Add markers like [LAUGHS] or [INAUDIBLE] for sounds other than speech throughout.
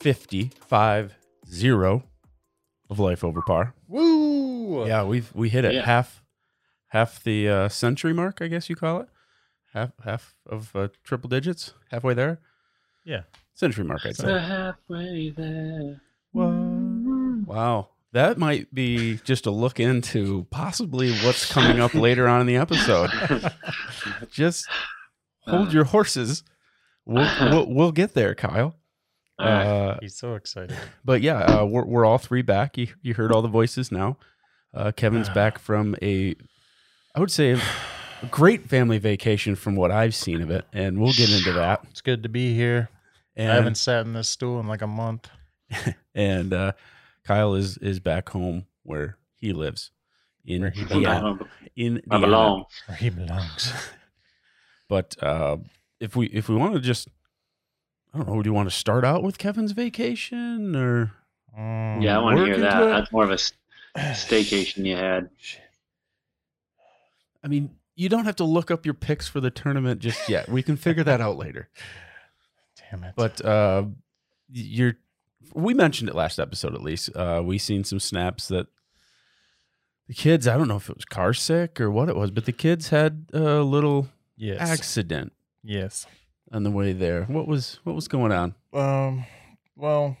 55 zero of Life Over Par. Woo! Yeah, we've we hit it Yeah. half half the uh, century mark, I guess you call it. Half half of uh, triple digits, halfway there. Yeah. century mark, I'd say. We're halfway there. Wow, that might be just a look into possibly what's coming up later on in the episode. Just hold your horses. We'll, we'll, we'll get there, Kyle. All right. Uh, He's so excited. but yeah, uh, we're we're all three back. You you heard all the voices now. Uh, Kevin's back from a, I would say, a great family vacation from what I've seen of it, and we'll get into that. It's good to be here. And I haven't sat in this stool in like a month. and uh, Kyle is is back home where he lives in Where he Indiana- I in I Indiana. belong. Where he belongs. But uh, if we if we want to just, I don't know, do you want to start out with Kevin's vacation or Mm. Yeah, I want to Work hear into that. it. That's more of a [SIGHS] s- staycation you had. I mean, you don't have to look up your picks for the tournament just yet. We can figure that out later. [SIGHS] Damn it. [LAUGHS] But uh, y- you're, we mentioned it last episode at least. Uh, we seen some snaps that the kids. I don't know if it was car sick or what it was, but the kids had a little yes. accident Yes. on the way there. What was what was going on? Um. Well,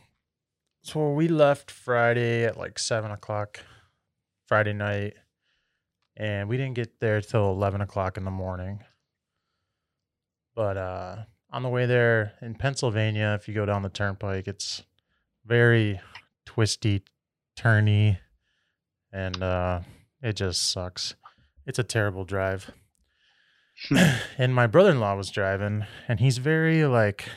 so we left Friday at like seven o'clock, Friday night, and we didn't get there till eleven o'clock in the morning. But uh, on the way there in Pennsylvania, if you go down the turnpike, it's very twisty, turny, and uh, it just sucks. It's a [LAUGHS] terrible drive. and my brother-in-law was driving, and he's very like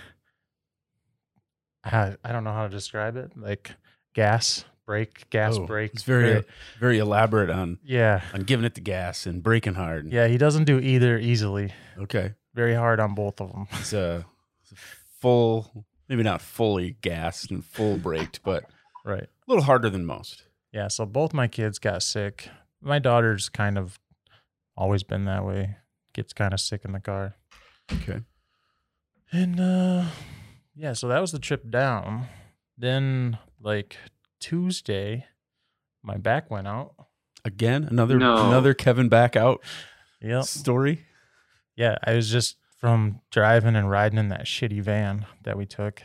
I I don't know how to describe it. Like gas, brake, gas, Oh, brake. It's very brake. very elaborate on yeah, on giving it the gas and breaking hard. yeah. He doesn't do either easily. Okay. Very hard on both of [LAUGHS] them. It's a, it's a full, maybe not fully gassed and full braked, but a Right. little harder than most. Yeah. So both my kids got sick. My daughter's kind of always been that way. Gets kind of sick in the car. Okay. And uh yeah, so that was the trip down. Then like Tuesday, my back went out. Again, another No. another Kevin back out Yep. story. Yeah, I was just from driving and riding in that shitty van that we took.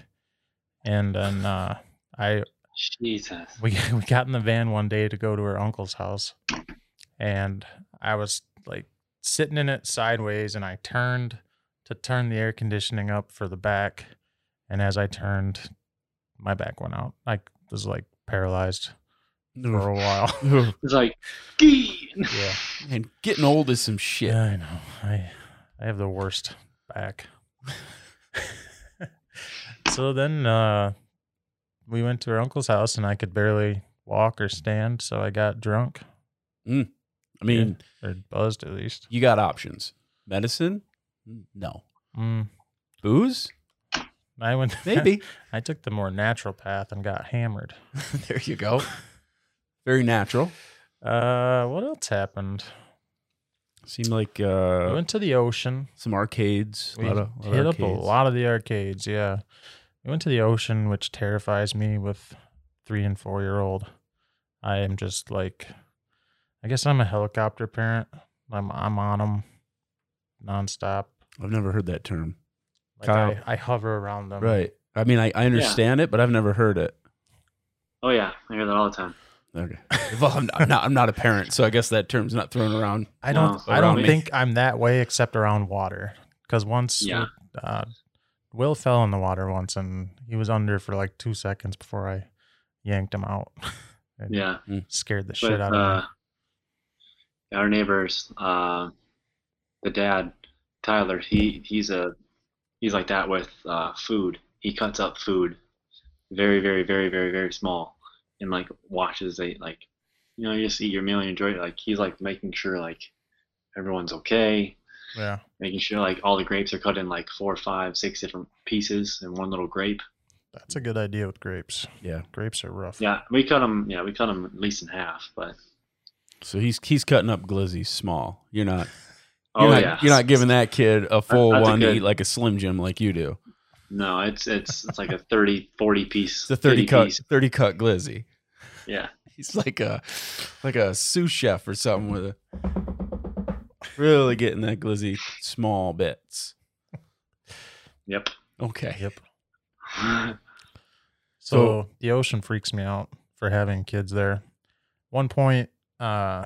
And then uh I Jesus. we [LAUGHS] we got in the van one day to go to her uncle's house. And I was like sitting in it sideways and I turned to turn the air conditioning up for the back. And as I turned, my back went out. I was like paralyzed [LAUGHS] for a while. It's like, gee. [LAUGHS] yeah. and getting old is some shit. Yeah, I know. I I have the worst back. [LAUGHS] so then uh we went to her uncle's house and I could barely walk or stand, so I got drunk I mean, or buzzed at least. you got options. Medicine? No. Mm. Booze? I went [LAUGHS] Maybe. I took the more natural path and got hammered. there you go. Very natural. Uh what else happened? Seemed like we uh, went to the ocean. some arcades. We lot of- lot of hit up a arcades. lot of the arcades, yeah. We went to the ocean, which terrifies me with three and four year old. I am just like, I guess I'm a helicopter parent. I'm I'm on them nonstop. I've never heard that term. Like I, Kyle. I hover around them. Right. I mean, I, I understand it, but I've never heard it. Oh, yeah. I hear that all the time. Okay. [LAUGHS] Well, I'm I'm not, I'm not a parent, so I guess that term's not thrown around. I don't Wow. I don't Around me. think I'm that way except around water. Because once Yeah. uh, Will fell in the water once and he was under for like two seconds before I yanked him out. [LAUGHS] And Yeah. Scared the But, shit out of me. uh, our neighbors, uh, the dad, Tyler, he, he's a, he's like that with uh, food. He cuts up food very, very, very, very, very small, and like watches they like, you know, you just eat your meal, and enjoy it. Like he's like making sure like everyone's okay, Yeah. making sure like all the grapes are cut in like four, five, six different pieces in one little grape. That's a good idea with grapes. Yeah. Grapes are rough. Yeah, we cut them. Yeah, we cut them at least in half. But So he's he's cutting up glizzy small. You're not. You're oh not, yeah, You're not giving that kid a full that's a one to good- eat like a Slim Jim like you do. No, it's it's it's like a 30, 40 piece. It's a thirty 50 cut Piece. thirty cut glizzy. Yeah, He's like a like a sous chef or something with a really getting that glizzy small bits. yep. [LAUGHS] Okay. Yep. yeah, So, the ocean freaks me out for having kids there. One point, uh,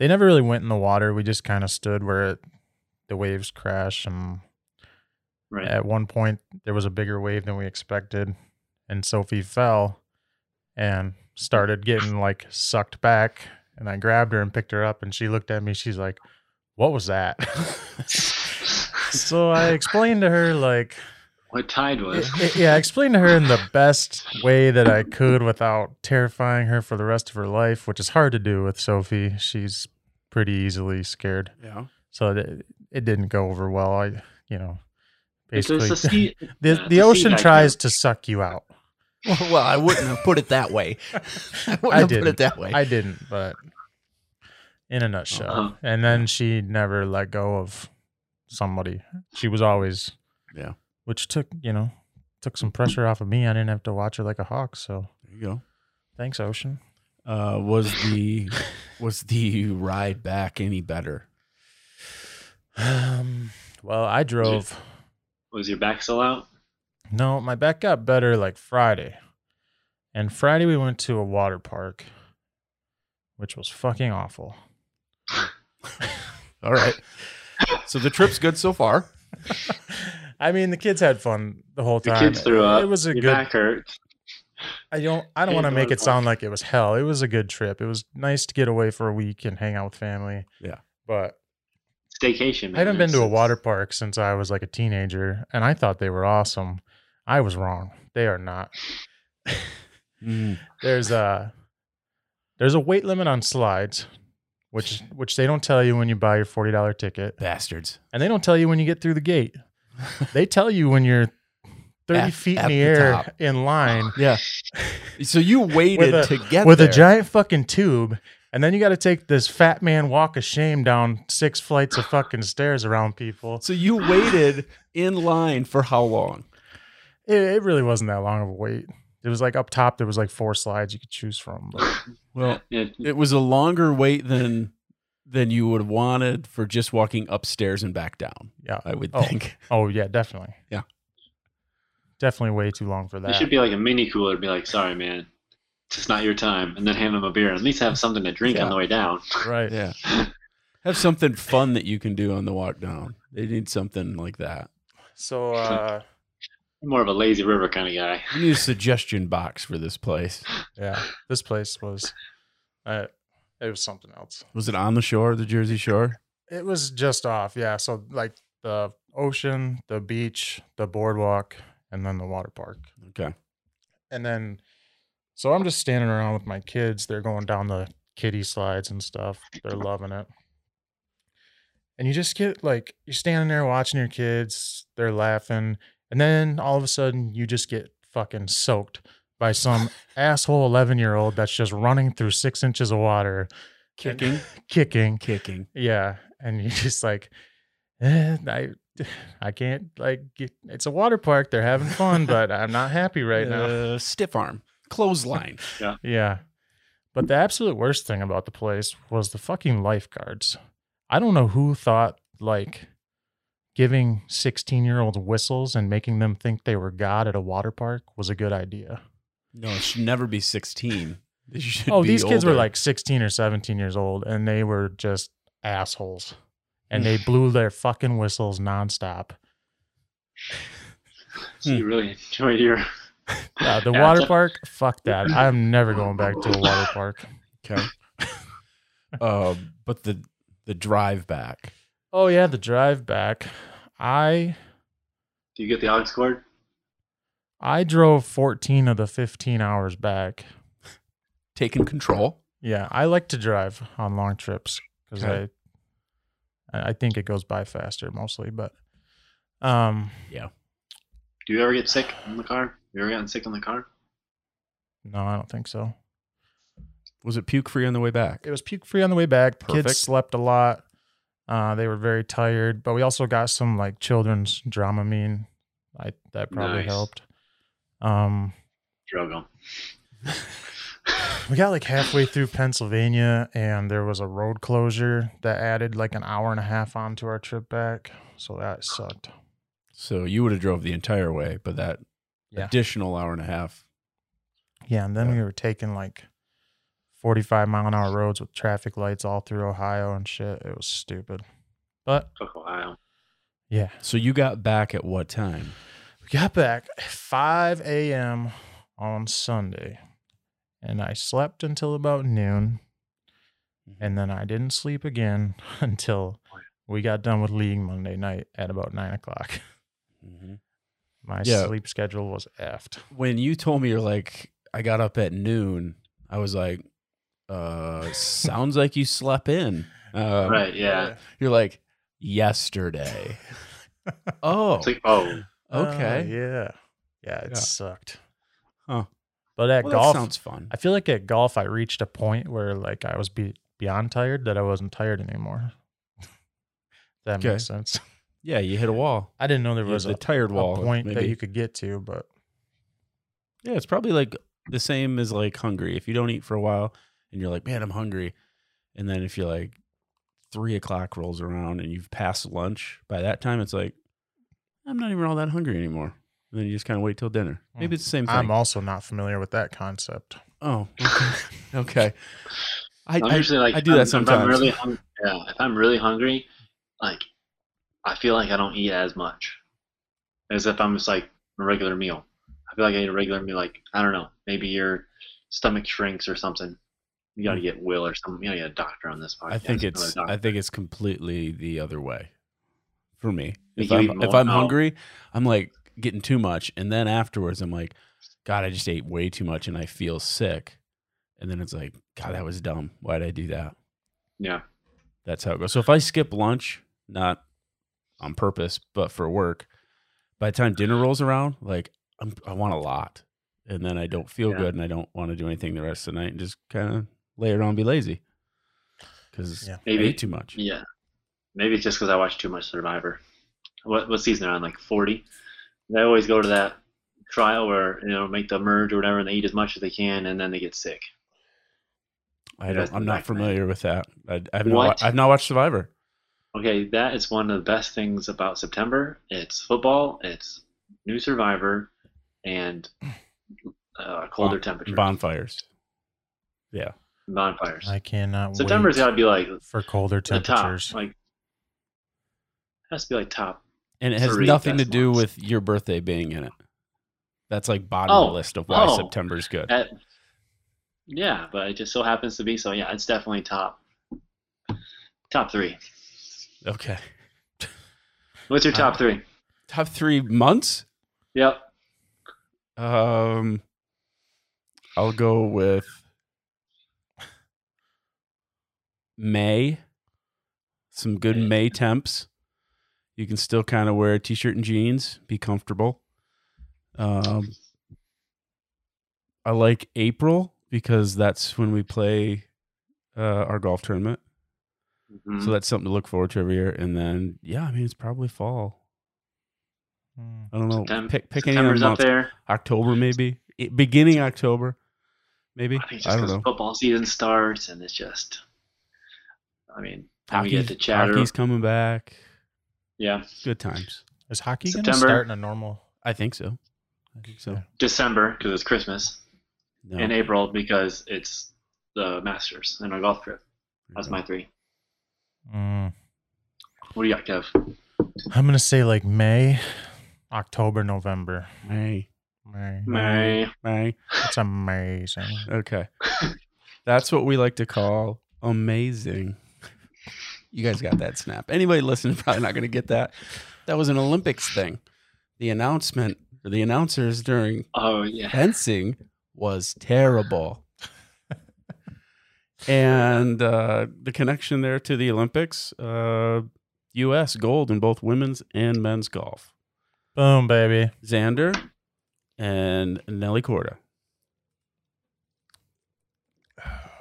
they never really went in the water. We just kind of stood where it, the waves crash, and Right. at one point there was a bigger wave than we expected, and Sophie fell and started getting like sucked back. And I grabbed her and picked her up, and she looked at me. She's like, "What was that?" [LAUGHS] so I explained to her like [LAUGHS] what tide was? I- I- yeah, explain to her in the best way that I could without terrifying her for the rest of her life, which is hard to do with Sophie. She's pretty easily scared, Yeah. so it, it didn't go over well. I, you know, It's basically, a- it's a sea- the yeah, it's the a sea ocean back tries to suck you out. Well, [LAUGHS] well, I wouldn't have put it that [LAUGHS] way. I wouldn't I have put didn't. it that way. I didn't, but in a nutshell. Uh-huh. And then she never let go of somebody. She was always Yeah. which took you know took some pressure off of me. I didn't have to watch her like a hawk. So there you go. thanks, ocean. Uh, was the was the ride back any better? Um, well, I drove. Was your back still out? No, my back got better like Friday. And Friday we went to a water park, which was fucking awful. [LAUGHS] All right. So the trip's good so far. I mean, the kids had fun the whole The time. kids threw up. It was a your good. back hurt. I don't. I don't Kids want to go make to it the sound like it was hell. It was a good trip. It was nice to get away for a week and hang out with family. Yeah. But Staycation. Man. I haven't been to a It's- water park since I was like a teenager, and I thought they were awesome. I was wrong. They are not. Mm. there's a there's a weight limit on slides, which which they don't tell you when you buy your forty dollar ticket, Bastards. and they don't tell you when you get through the gate. They tell you when you're thirty At- feet at in the, the air top. in line Yeah. So you waited a- to get with there. a giant fucking tube, and then you got to take this fat man walk of shame down six flights of fucking stairs around people. So you waited in line for how long? It, it really wasn't that long of a wait. It was like up top there was like four slides you could choose from. [SIGHS] but- Well, Yeah, it was a longer wait than than you would have wanted for just walking upstairs and back down. yeah. I would Oh. think. Oh yeah, definitely. Yeah. Definitely way too long for There that. should be like a mini cooler. to Be like, sorry, man, it's just not your time, and then hand them a beer. At least have something to drink Yeah. on the way down. right. Yeah. Have something fun that you can do on the walk down. They need something like that. So uh I'm more of a lazy river kind of guy. We need a suggestion box for this place. yeah, this place was uh it was something else. Was it on the shore, the Jersey Shore? It was just off, yeah. So like the ocean, the beach, the boardwalk, and then the water park. Okay. And then so I'm just standing around with my kids. They're going down the kiddie slides and stuff. They're loving it. And you just get like you're standing there watching your kids, they're laughing, and then all of a sudden you just get fucking soaked by some asshole 11 year old that's just running through six inches of water, Kicking, kicking. kicking. Yeah, and you're just like, eh, I, [SIGHS] I can't like. Get, it's a water park. They're having fun, but I'm not happy right now. Uh, stiff arm, clothesline. Yeah, but the absolute worst thing about the place was the fucking lifeguards. I don't know who thought like giving 16 year olds whistles and making them think they were god at a water park was a good idea. No, it should never be 16. They should oh, be these kids were older. like 16 or 17 years old, and they were just assholes. [SIGHS] And they blew their fucking whistles nonstop. So Hmm. you really enjoy your. Yeah, Uh, [LAUGHS] the Yeah, water so- park. Fuck that. I'm never going back to a water [LAUGHS] park. Okay. uh, but the the drive back. Oh yeah, the drive back. I Do you get the aux cord? I drove 14 of the 15 hours back. Taking control. Yeah, I like to drive on long trips because Okay. I I think it goes by faster mostly, but um Do you ever get sick in the car? You ever gotten sick in the car? no, I don't think so. Was it puke free on the way back? It was puke free on the way back. The Perfect. Kids slept a lot. Uh, they were very tired, but we also got some like children's Dramamine. I that probably Nice. helped. Um, Drug 'em. we got like halfway through Pennsylvania, and there was a road closure that added like an hour and a half onto our trip back. So that sucked. So you would have drove the entire way, but that Yeah. additional hour and a half. Yeah, and then Yeah. we were taking like 45 mile an hour roads with traffic lights all through Ohio and shit. It was stupid. But Fuck Ohio. yeah, So you got back at what time? we got back at 5 a.m. on Sunday, and I slept until about noon, and then I didn't sleep again [LAUGHS] until we got done with league Monday night at about nine o'clock. Mm-hmm. My Yeah. sleep schedule was effed. When you told me you're like, I got up at noon, I was like, uh, sounds like you slept in. Um, right, yeah. You're like, [LAUGHS] yesterday. oh, It's like, oh, Uh, okay. yeah. Yeah, it Yeah. sucked. Huh. But at Well, golf, that sounds fun. I feel like at golf, I reached a point where like I was be- beyond tired that I wasn't tired anymore. that Okay. makes sense. Yeah, you hit a wall. I didn't know there It was the was a, tired a wall. point that maybe. you could get to, but Yeah, it's probably like the same as like hungry. If you don't eat for a while and you're like, man, I'm hungry. And then if you're like three o'clock rolls around and you've passed lunch, by that time it's like, I'm not even all that hungry anymore. And then you just kind of wait till dinner. Maybe it's the same thing. I'm also not familiar with that concept. oh, okay. [LAUGHS] okay. I, I'm I- usually like I do that if I'm- sometimes. If I'm really hung- yeah, if I'm really hungry, like I feel like I don't eat as much as if I'm just like a regular meal. I feel like I eat a regular meal. Like I don't know, maybe your stomach shrinks or something. You gotta get Will or something. You gotta get a doctor on this podcast. Hmm. I think another it's doctor. I think it's completely the other way for me. If If you I'm eat if more I'm out. hungry, I'm like getting too much, and then afterwards I'm like, God, I just ate way too much, and I feel sick. And then it's like, God, that was dumb. Why did I do that? yeah, That's how it goes. So if I skip lunch, not on purpose, but for work, by the time dinner rolls around, like I'm, I want a lot, and then I don't feel Yeah. good, and I don't want to do anything the rest of the night, and just kind of lay around, and be lazy, because Yeah. I maybe ate too much. yeah, maybe it's just because I watch too much Survivor. What what season are on? Like forty. They always go to that trial where you know make the merge or whatever, and they eat as much as they can, and then they get sick. I Yeah, don't, it's I'm not the Black Knight. familiar with that. I, I've not. What? I've not watched Survivor. Okay, that is one of the best things about September. It's football, it's new Survivor, and uh, colder temperatures, Bonfires. Yeah, bonfires. I cannot September's got wait to be like for colder the top, temperatures. like has to be like top. and it has Three nothing to best do ones. with your birthday being in it. That's like bottom of Oh, the list of why oh. September's good. That, yeah, but it just so happens to be so. Yeah, it's definitely top top three. Okay, What's your top three? top three months. Yep. Um, I'll go with May. Some good May temps. You can still kind of wear a t-shirt and jeans, be comfortable. Um, I like April because that's when we play uh, our golf tournament. Mhm. So that's something to look forward to every year. And then, yeah, I mean, it's probably fall. Mm. I don't know. Septem- pick pick any of Mm-hmm. September's the up months. there. October maybe I- beginning October maybe I think I just don't because know football season starts and it's just, I mean, then we hockey's, get to chatter. hockey's coming back Yeah, good times Is hockey going to September. start in a normal? I think so I think so Yeah. December because it's Christmas, no, and April because it's the Masters and our golf trip. That's my three. Mm. What do you got, Kev? I'm going to say like May, October, November. May May. Mm. May. May It's amazing. [LAUGHS] okay that's what we like to call amazing you guys got that snap anybody listening probably not gonna get that that was an Olympics thing the announcement or the announcers during Oh yeah. fencing was [LAUGHS] terrible. and uh, the connection there to the Olympics, uh, U.S. gold in both women's and men's golf. Boom, baby. Xander and Nelly Corda.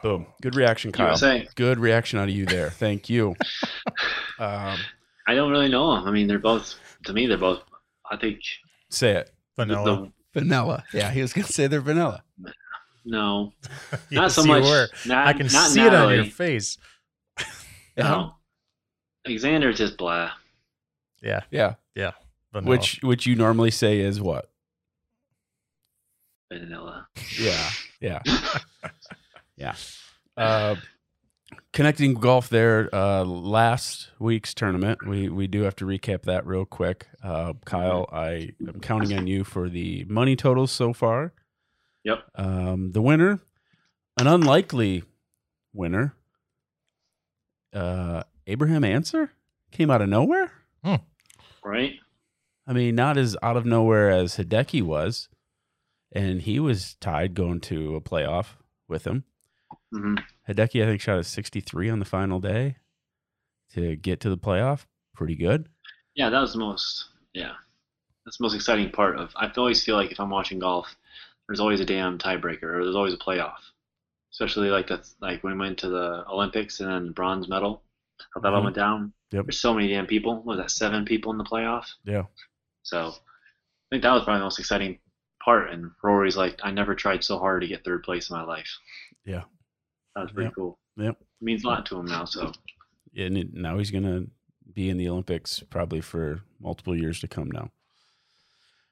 Boom. Good reaction, Kyle. USA. Good reaction out of you there. Thank you. Um, I don't really know them. I mean, they're both to me. They're both. I think say it. the- Vanilla. the Vanilla. Yeah, he was going to say they're vanilla. no, not [LAUGHS] Yes, so you much. were. Not, I can not see it on Natalie. your face. No. Xander's just blah. Yeah. Yeah. Vanilla. Which which you normally say is what? Vanilla. Yeah. Yeah. yeah. Uh, connecting golf there uh, last week's tournament. We we do have to recap that real quick. Uh, Kyle, I am counting on you for the money totals so far. Yep. Um, the winner, an unlikely winner, uh, Abraham Answer came out of nowhere. Right? I mean, not as out of nowhere as Hideki was, and he was tied going to a playoff with him. hmm Hideki, I think, shot a 63 on the final day to get to the playoff. Pretty good. Yeah, that was the most. Yeah, that's the most exciting part of. I always feel like if I'm watching golf, there's always a damn tiebreaker, or there's always a playoff. Especially like that's like when we went to the Olympics and then the bronze medal, how that all Mhm. went down. Yep. There's so many damn people. What was that seven people in the playoff? Yeah. So I think that was probably the most exciting part. And Rory's like, I never tried so hard to get third place in my life. Yeah. That was pretty Yep. cool. Yep. It means a lot to him now. So And it- now he's going to be in the Olympics probably for multiple years to come now.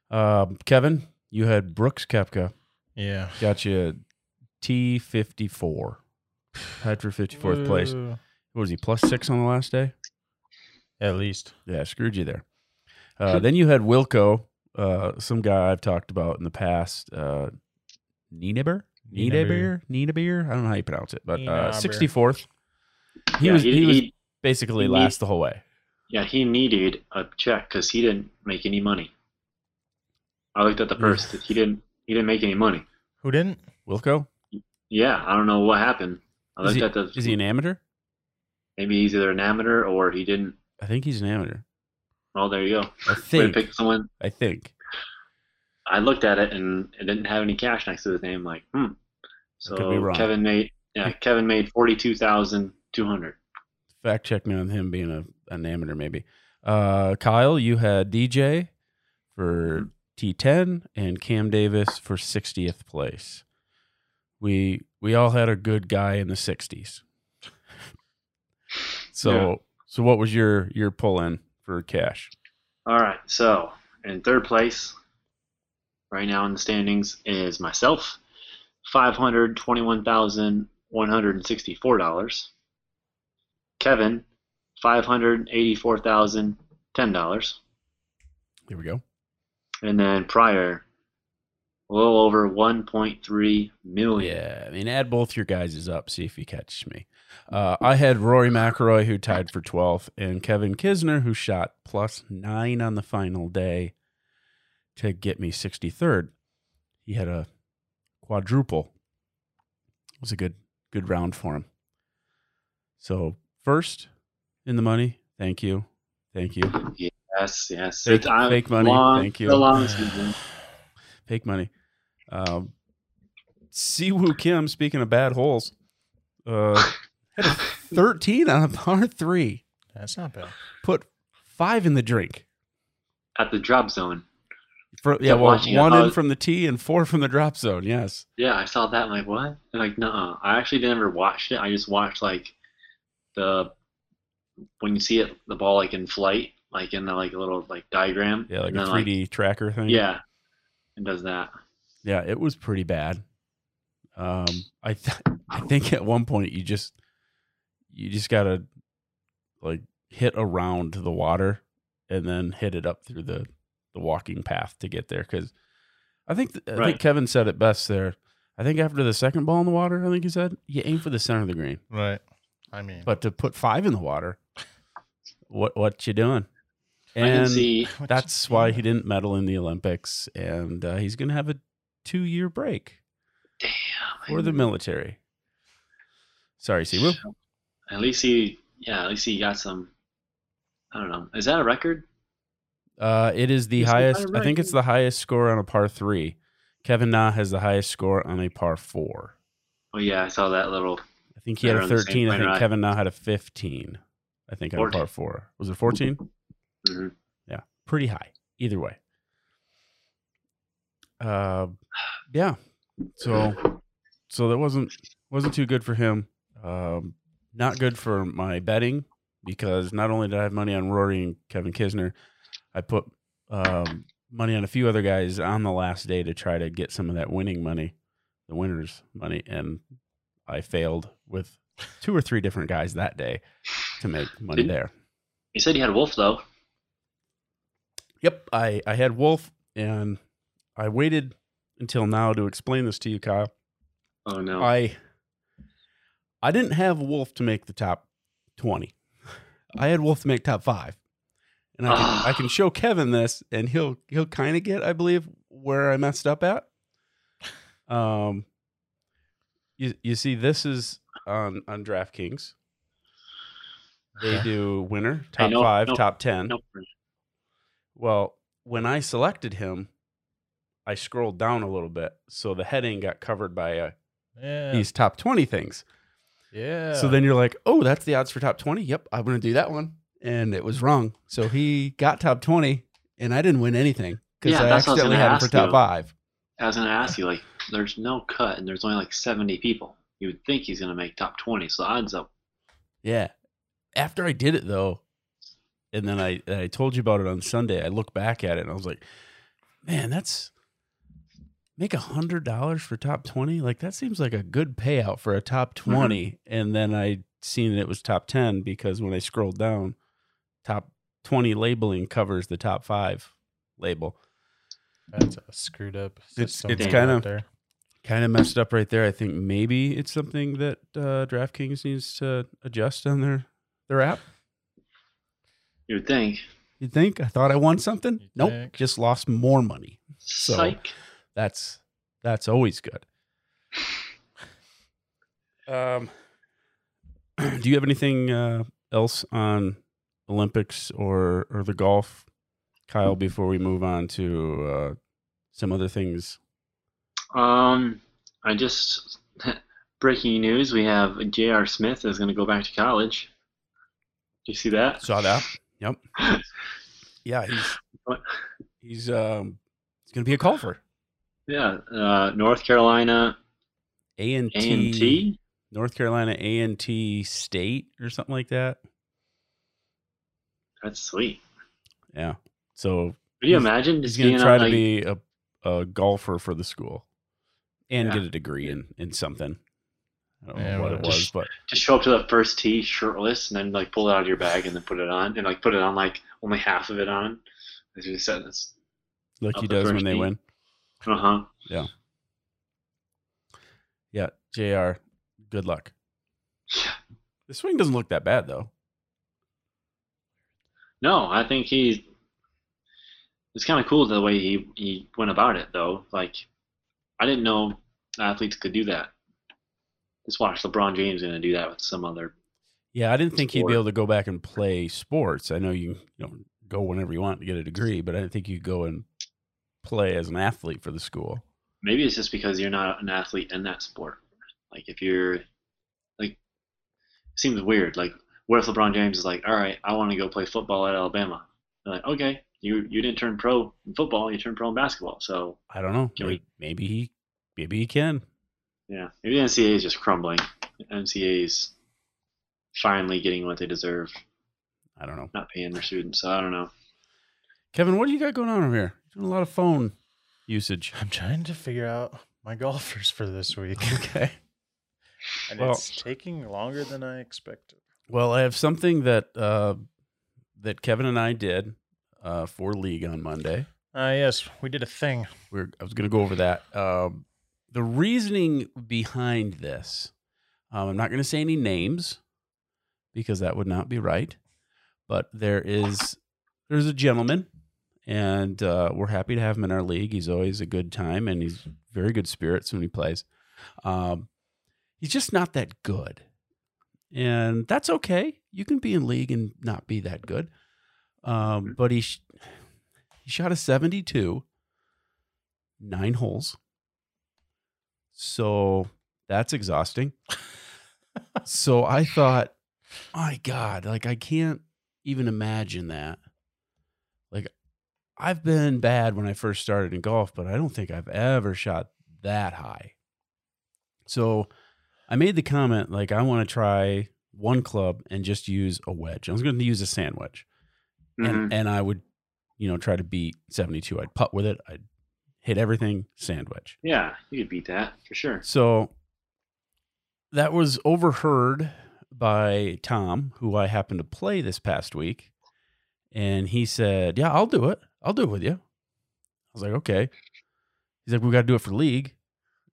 Um, Kevin, you had Brooks Kepka. Yeah. Got you T54. Tied for 54th place. Ooh. What was he, plus six on the last day? At least. Yeah, screwed you there. Uh, then you had Wilco, uh, some guy I've talked about in the past, uh, Niedeber, Niedeber, Niedeber. Niedeber. I don't know how you pronounce it, but Niedeber. uh, 64th. He yeah, was he, was he- basically he- last the whole way. Yeah, he needed a check because he didn't make any money. I looked at the purse; that he didn't. He didn't make any money. Who didn't? Wilco Yeah, I don't know what happened. I Is looked he- at the. is he an amateur? maybe he's either an amateur or he didn't. I think he's an amateur. Well, there you go. I Way to think. pick someone. I think. I looked at it and it didn't have any cash next to his name. Like, hmm. So could be wrong. Kevin made. Yeah, Kevin made forty-two thousand two hundred. Fact check me on him being a an amateur, maybe. Uh, Kyle, you had DJ for T10 and Cam Davis for 60th place. We we all had a good guy in the 60s. [LAUGHS] So Yeah. so what was your your pull in for cash? All right, so in third place, right now in the standings, is myself, five hundred twenty-one thousand one hundred and sixty-four dollars. Kevin, five hundred eighty-four thousand ten dollars, Here we go. and then Pryor, a little over one point three million. Yeah, I mean add both your guys is up. See if you catch me. Uh, I had Rory McIlroy who tied for 12th, and Kevin Kisner who shot plus nine on the final day to get me 63rd. He had a quadruple. It was a good good round for him. So first in the money. Thank you, thank you. Yes, yes. Fake- It's- I'm fake money, Long, thank you. The long season. Fake money. Um, Siwoo Kim, speaking of bad holes, [LAUGHS] uh, had a 13 on a par three, That's not bad. put five in the drink. At the drop zone. For, yeah, well, watching it. Uh, one I in was- from the tee and four from the drop zone. Yes. Yeah, I saw that. I'm like, what? And like, no, I actually never watched it. I just watched like the when you see it, the ball like in flight, like in the like little like diagram. Yeah, like and a then, 3D tracker thing. yeah, it does that. Yeah, it was pretty bad. Um, I th- [LAUGHS] I think at one point you just you just gotta like hit around the water and then hit it up through the the walking path to get there because I think th- I think Right. Kevin said it best there. I think after the second ball in the water, I think he said you aim for the center of the green, Right. I mean, [LAUGHS] but to put five in the water, what what you doing? I can And see that's why he didn't medal in the Olympics, and uh, he's going to have a two-year break damn for the military. Sorry, Siwu. At least he yeah, at least he got some I don't know. Is that a record? Uh, it is the He's the highest. high I think it's the highest score on a par three. Kevin Na has the highest score on a par four. Oh yeah, I saw that little I think he had They're a on the same 13. I plane think ride. Kevin Na had a 15. I think on a 14. par four. Was it 14? mhm. Pretty high. Either way. Uh, yeah. So, so that wasn't wasn't too good for him. Um, not good for my betting because not only did I have money on Rory and Kevin Kisner, I put um, money on a few other guys on the last day to try to get some of that winning money, the winners' money, and I failed with two or three different guys that day to make money Didn't- there. You said you had Wolf though. Yep, I I had Wolf, and I waited until now to explain this to you, Kyle. Oh no. I I didn't have Wolf to make the top twenty. I had Wolf to make top five, and I [SIGHS] Ah. can, I can show Kevin this, and he'll he'll kind of get, I believe, where I messed up at. Um, you you see, this is on on DraftKings. They Okay. do winner, top no, five, no, top ten. no, Well, when I selected him, I scrolled down a little bit, so the heading got covered by uh, Yeah. these top twenty things. yeah. So then you're like, oh, that's the odds for top 20. Yep, I'm going to do that one. And it was wrong. So he got top 20, and I didn't win anything because Yeah, I that's what I was accidentally gonna had him for ask top you. five. I was gonna ask you, like, there's no cut and there's only like seventy people. You would think he's gonna make top twenty, so the odds up Yeah. After I did it, though, and then I, I told you about it on Sunday, I looked back at it and I was like, man, that's make a hundred dollars for top 20. Like that seems like a good payout for a top 20. And then I seen that it was top 10 because when I scrolled down, top 20 labeling covers the top five label. that's a screwed up. It's- system it's right kinda- there. kind of messed up right there. I think maybe it's something that uh, DraftKings needs to adjust on their their app. you would think. You think? I thought I won something. You Nope, think? just lost more money. So- Psych. That's that's always good. Um, [CLEARS THROAT] do you have anything uh, else on Olympics or or the golf, Kyle? Before we move on to uh, some other things Um, I just [LAUGHS] breaking news: we have J.R. Smith is going to go back to college. Do you see that? Saw that. Yep. Yeah, he's he's um he's gonna be a golfer. Yeah, uh, North Carolina A and A T and T. North Carolina A and T State or something like that. That's sweet. Yeah. So Could you He's- imagine he's just gonna being try on, to like, be a, a golfer for the school and Yeah. get a degree in in something. I don't Yeah, know what it whatever. was, but just show up to the first tee shirtless and then like pull it out of your bag and then put it on and like put it on like only half of it on. As you said, that's like he Up the does when first they tee. win. uh huh. Yeah, Jr. Good luck. Yeah. The swing doesn't look that bad though. No, I think he. It's kind of cool the way he he went about it though. Like, I didn't know athletes could do that. Just watch LeBron James gonna do that with some other. Yeah, I didn't think he'd be Sport. able to go back and play sports. I know you, you know, go whenever you want to get a degree, but I didn't think you could go and play as an athlete for the school. Maybe it's just because you're not an athlete in that sport. Like if you're, like, it seems weird. Like, what if LeBron James is like, all right, I want to go play football at Alabama? They're like, okay, you you didn't turn pro in football, you turned pro in basketball. So I don't know. Can May- maybe he, maybe he can. Yeah, maybe the NCAA is just crumbling. The NCAA is finally getting what they deserve, I don't know. not paying their students. So I don't know. Kevin, what do you got going on over here? Doing a lot of phone [LAUGHS] usage. I'm trying to figure out my [LAUGHS] golfers for this week, [LAUGHS] Okay. and Well- it's taking longer than I expected. Well, I have something that uh, that Kevin and I did uh, for league on Monday. Ah, yes, we did a thing. we're, I was going to go over that. Um, the reasoning behind this, um, I'm not going to say any names because that would not be right, but there is there's a gentleman, and uh, we're happy to have him in our league. He's always a good time, and he's very good spirits when he plays. Um, he's just not that good, and that's okay. You can be in league and not be that good. Um, but he sh- he shot a 72, nine holes. So that's exhausting. so I thought, my God, like I can't even imagine that. Like I've been bad when I first started in golf, but I don't think I've ever shot that high. So I made the comment like I want to try one club and just use a wedge. I was going to use a sand wedge. Mhm. And, and I would, you know, try to beat 72. I'd putt with it. I'd hit everything sand wedge. Yeah, you could beat that for sure. So that was overheard by Tom, who I happened to play this past week. And he said, Yeah, I'll do it. I'll do it with you. I was like, Okay. He's like, We got to do it for league.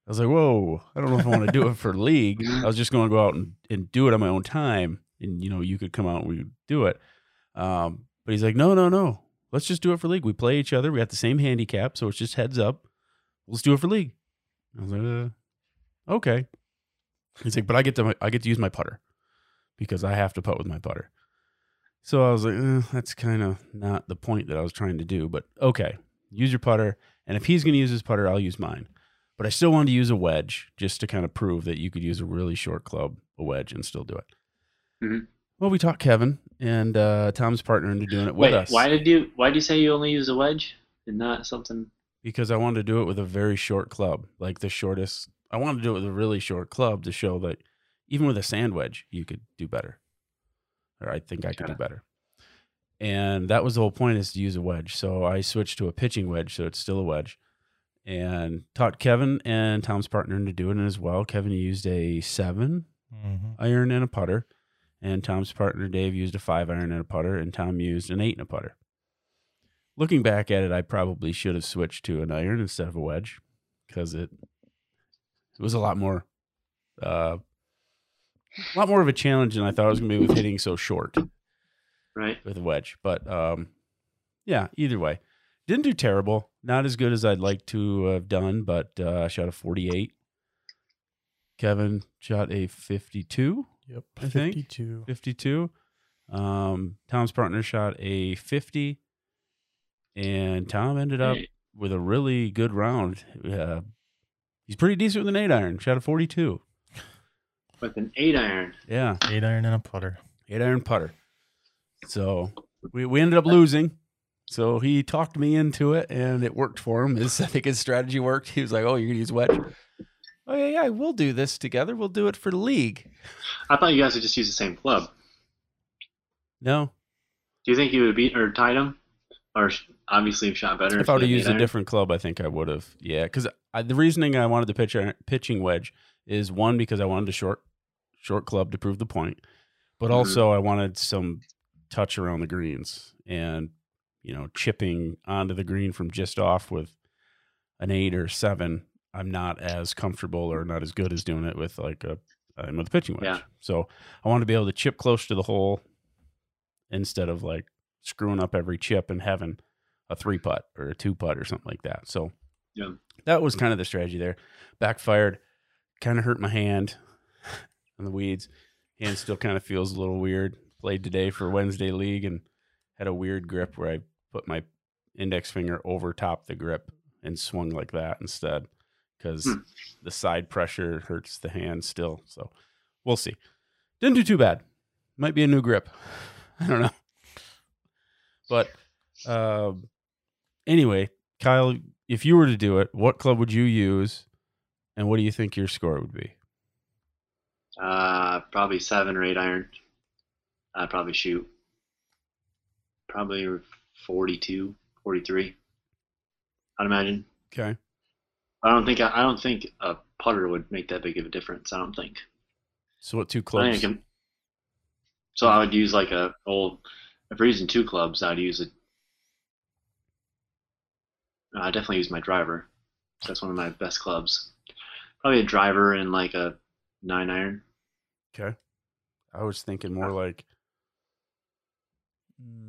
I was like, Whoa, I don't know if I want to do it for league. I was just going to go out and, and do it on my own time. And, you know, you could come out and we would do it. Um, but he's like, No, no, no. Let's just do it for league. We play each other. We got the same handicap. So it's just heads up. Let's do it for league. I was like, uh, okay. He's like, but I get to I get to use my putter because I have to putt with my putter. So I was like, eh, that's kind of not the point that I was trying to do, but okay, use your putter. And if he's going to use his putter, I'll use mine. But I still wanted to use a wedge just to kind of prove that you could use a really short club, a wedge, and still do it. Mhm. Well, we talked Kevin and uh, Tom's partner into doing it with Wait, us why did you why did you say you only use a wedge and not something? because I wanted to do it with a very short club, like the shortest. I wanted to do it with a really short club to show that even with a sand wedge, you could do better. Or I think I could do Yeah. better. And that was the whole point is to use a wedge. So I switched to a pitching wedge, so it's still a wedge. And taught Kevin and Tom's partner to do it as well. Kevin used a seven Mm-hmm. iron and a putter. And Tom's partner Dave used a five iron and a putter, and Tom used an eight and a putter. Looking back at it, I probably should have switched to an iron instead of a wedge because it it was a lot more uh, a lot more of a challenge than I thought it was going to be with hitting so short Right. with a wedge. But um, yeah, either way, didn't do terrible. Not as good as I'd like to have done, but uh, I shot a 48. Kevin shot a 52. Yep. I think. 52. 52. Um, Tom's partner shot a 50, and Tom ended up Hey, with a really good round. Uh, he's pretty decent with an eight iron. Shot a 42. With an eight iron. Yeah, Eight iron and a putter. eight iron putter. So we, we ended up losing. So he talked me into it, and it worked for him. [LAUGHS] His, I think his strategy worked. He was like, "Oh, you're gonna use wedge." Oh yeah, yeah, we'll do this together. We'll do it for league. I thought you guys would just use the same club. No, Do you think you would beat or tied him? Or sh- obviously have shot better. If I would you have had used eight a iron? different club, I think I would have. Yeah, because the reasoning I wanted the pitch, pitching wedge is one because I wanted a short short club to prove the point, but Mhm. also I wanted some touch around the greens and you know chipping onto the green from just off with an eight or seven. I'm not as comfortable or not as good as doing it with like a I'm with a pitching wedge. Yeah. So I want to be able to chip close to the hole instead of like screwing up every chip and having a three putt or a two putt or something like that. So Yeah. Mm-hmm. that was kind of the strategy there. Backfired, kind of hurt my hand in the weeds. Hand still kind of feels a little weird. Played today for Wednesday league and had a weird grip where I put my index finger over top the grip and swung like that instead because Hmm. the side pressure hurts the hand still. So we'll see. Didn't do too bad. Might be a new grip. [LAUGHS] I don't know. But um, anyway, Kyle, if you were to do it, what club would you use, and what do you think your score would be? Uh, probably seven or eight iron. I'd probably shoot. Probably 42, 43. I'd imagine. Okay. I don't think I don't think a putter would make that big of a difference. I don't think. So what two I clubs? think I can- so I would use like a old. If we're using two clubs, I'd use it. I definitely use my driver. That's one of my best clubs. Probably a driver and like a nine iron. Okay. I was thinking more like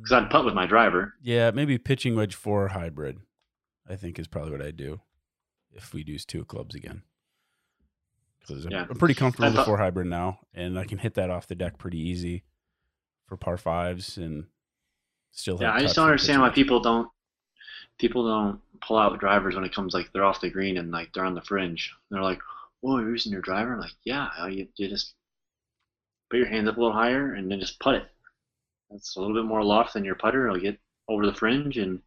because I'd putt with my driver. Mm, Yeah, maybe pitching wedge four hybrid. I think is probably what I do if we use two clubs again. Because I'm, Yeah. I'm pretty comfortable I with thought- four hybrid now, and I can hit that off the deck pretty easy for par fives and still. Yeah, have I just touch don't for understand why pitching. people don't people don't pull out drivers when it comes like they're off the green and like they're on the fringe. They're like, "Whoa, you're using your driver?" I'm like, "Yeah, all you you just put your hands up a little higher and then just putt it. That's a little bit more loft than your putter. It'll get over the fringe, and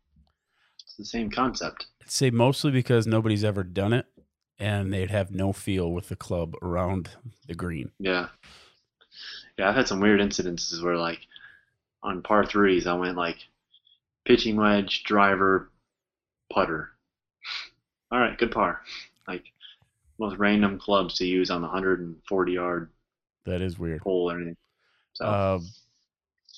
it's the same concept." I'd say mostly because nobody's ever done it, and they'd have no feel with the club around the green. Yeah. Yeah, I've had some weird incidences where like on par threes I went like pitching wedge, driver, putter. All right, good par. Like most random clubs to use on the 140 yard That is weird. hole or anything. So Uh,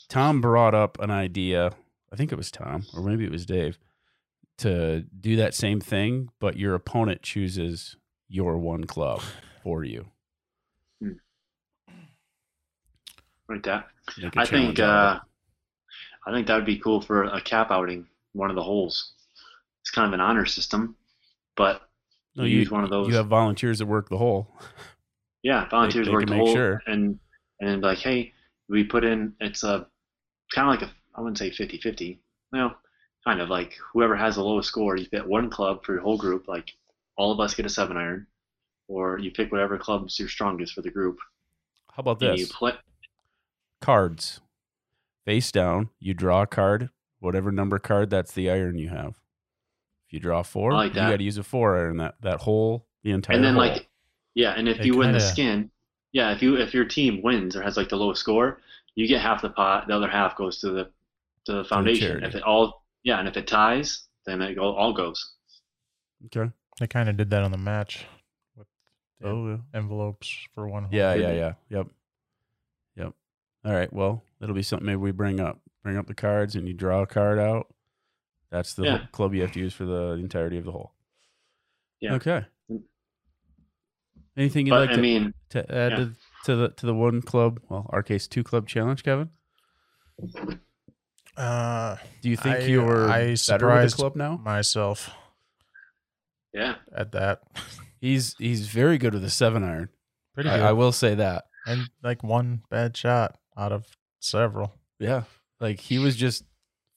Tom brought up an idea. I think it was Tom, or maybe it was Dave, to do that same thing, but your opponent chooses your one club for you. like that. Make a I think challenge out uh, of it. I think that would be cool for a cap outing, one of the holes. It's kind of an honor system, but no, you you use one of those- You have volunteers that work the hole. Yeah, volunteers they work can the make whole sure. and and then be like, hey, we put in it's a kind of like a I wouldn't say 50-50. Well, kind of like whoever has the lowest score, you get one club for your whole group. Like all of us get a seven iron, or you pick whatever club's your strongest for the group. How about And you this? play. Cards, face down. You draw a card, whatever number card. That's the iron you have. If you draw four, I like you that. got to use a four iron. That that whole the entire. and then hole. like yeah and if They you win the kinda- skin yeah if you if your team wins or has like the lowest score you get half the pot the other half goes to the to the foundation charity. if it all yeah and if it ties then it go, all goes okay. They kind of did that on the match with the Oh yeah. envelopes for one. hole. Yeah, yeah, Didn't yeah. Yep. Yep. All right. Well, it'll be something maybe we bring up. Bring up the cards and you draw a card out. That's the Yeah. whole club you have to use for the entirety of the hole. Yeah. Mm. Okay. Anything you'd but like i to, mean to add yeah. to, to the to the one club, well, our case two club challenge, Kevin? Uh, Do you think I- you're I better with surprised the club now? myself yeah at that. [LAUGHS] He's he's very good with a seven iron. Pretty I, good. I will say that. and like one bad shot out of several. Yeah. Like he was just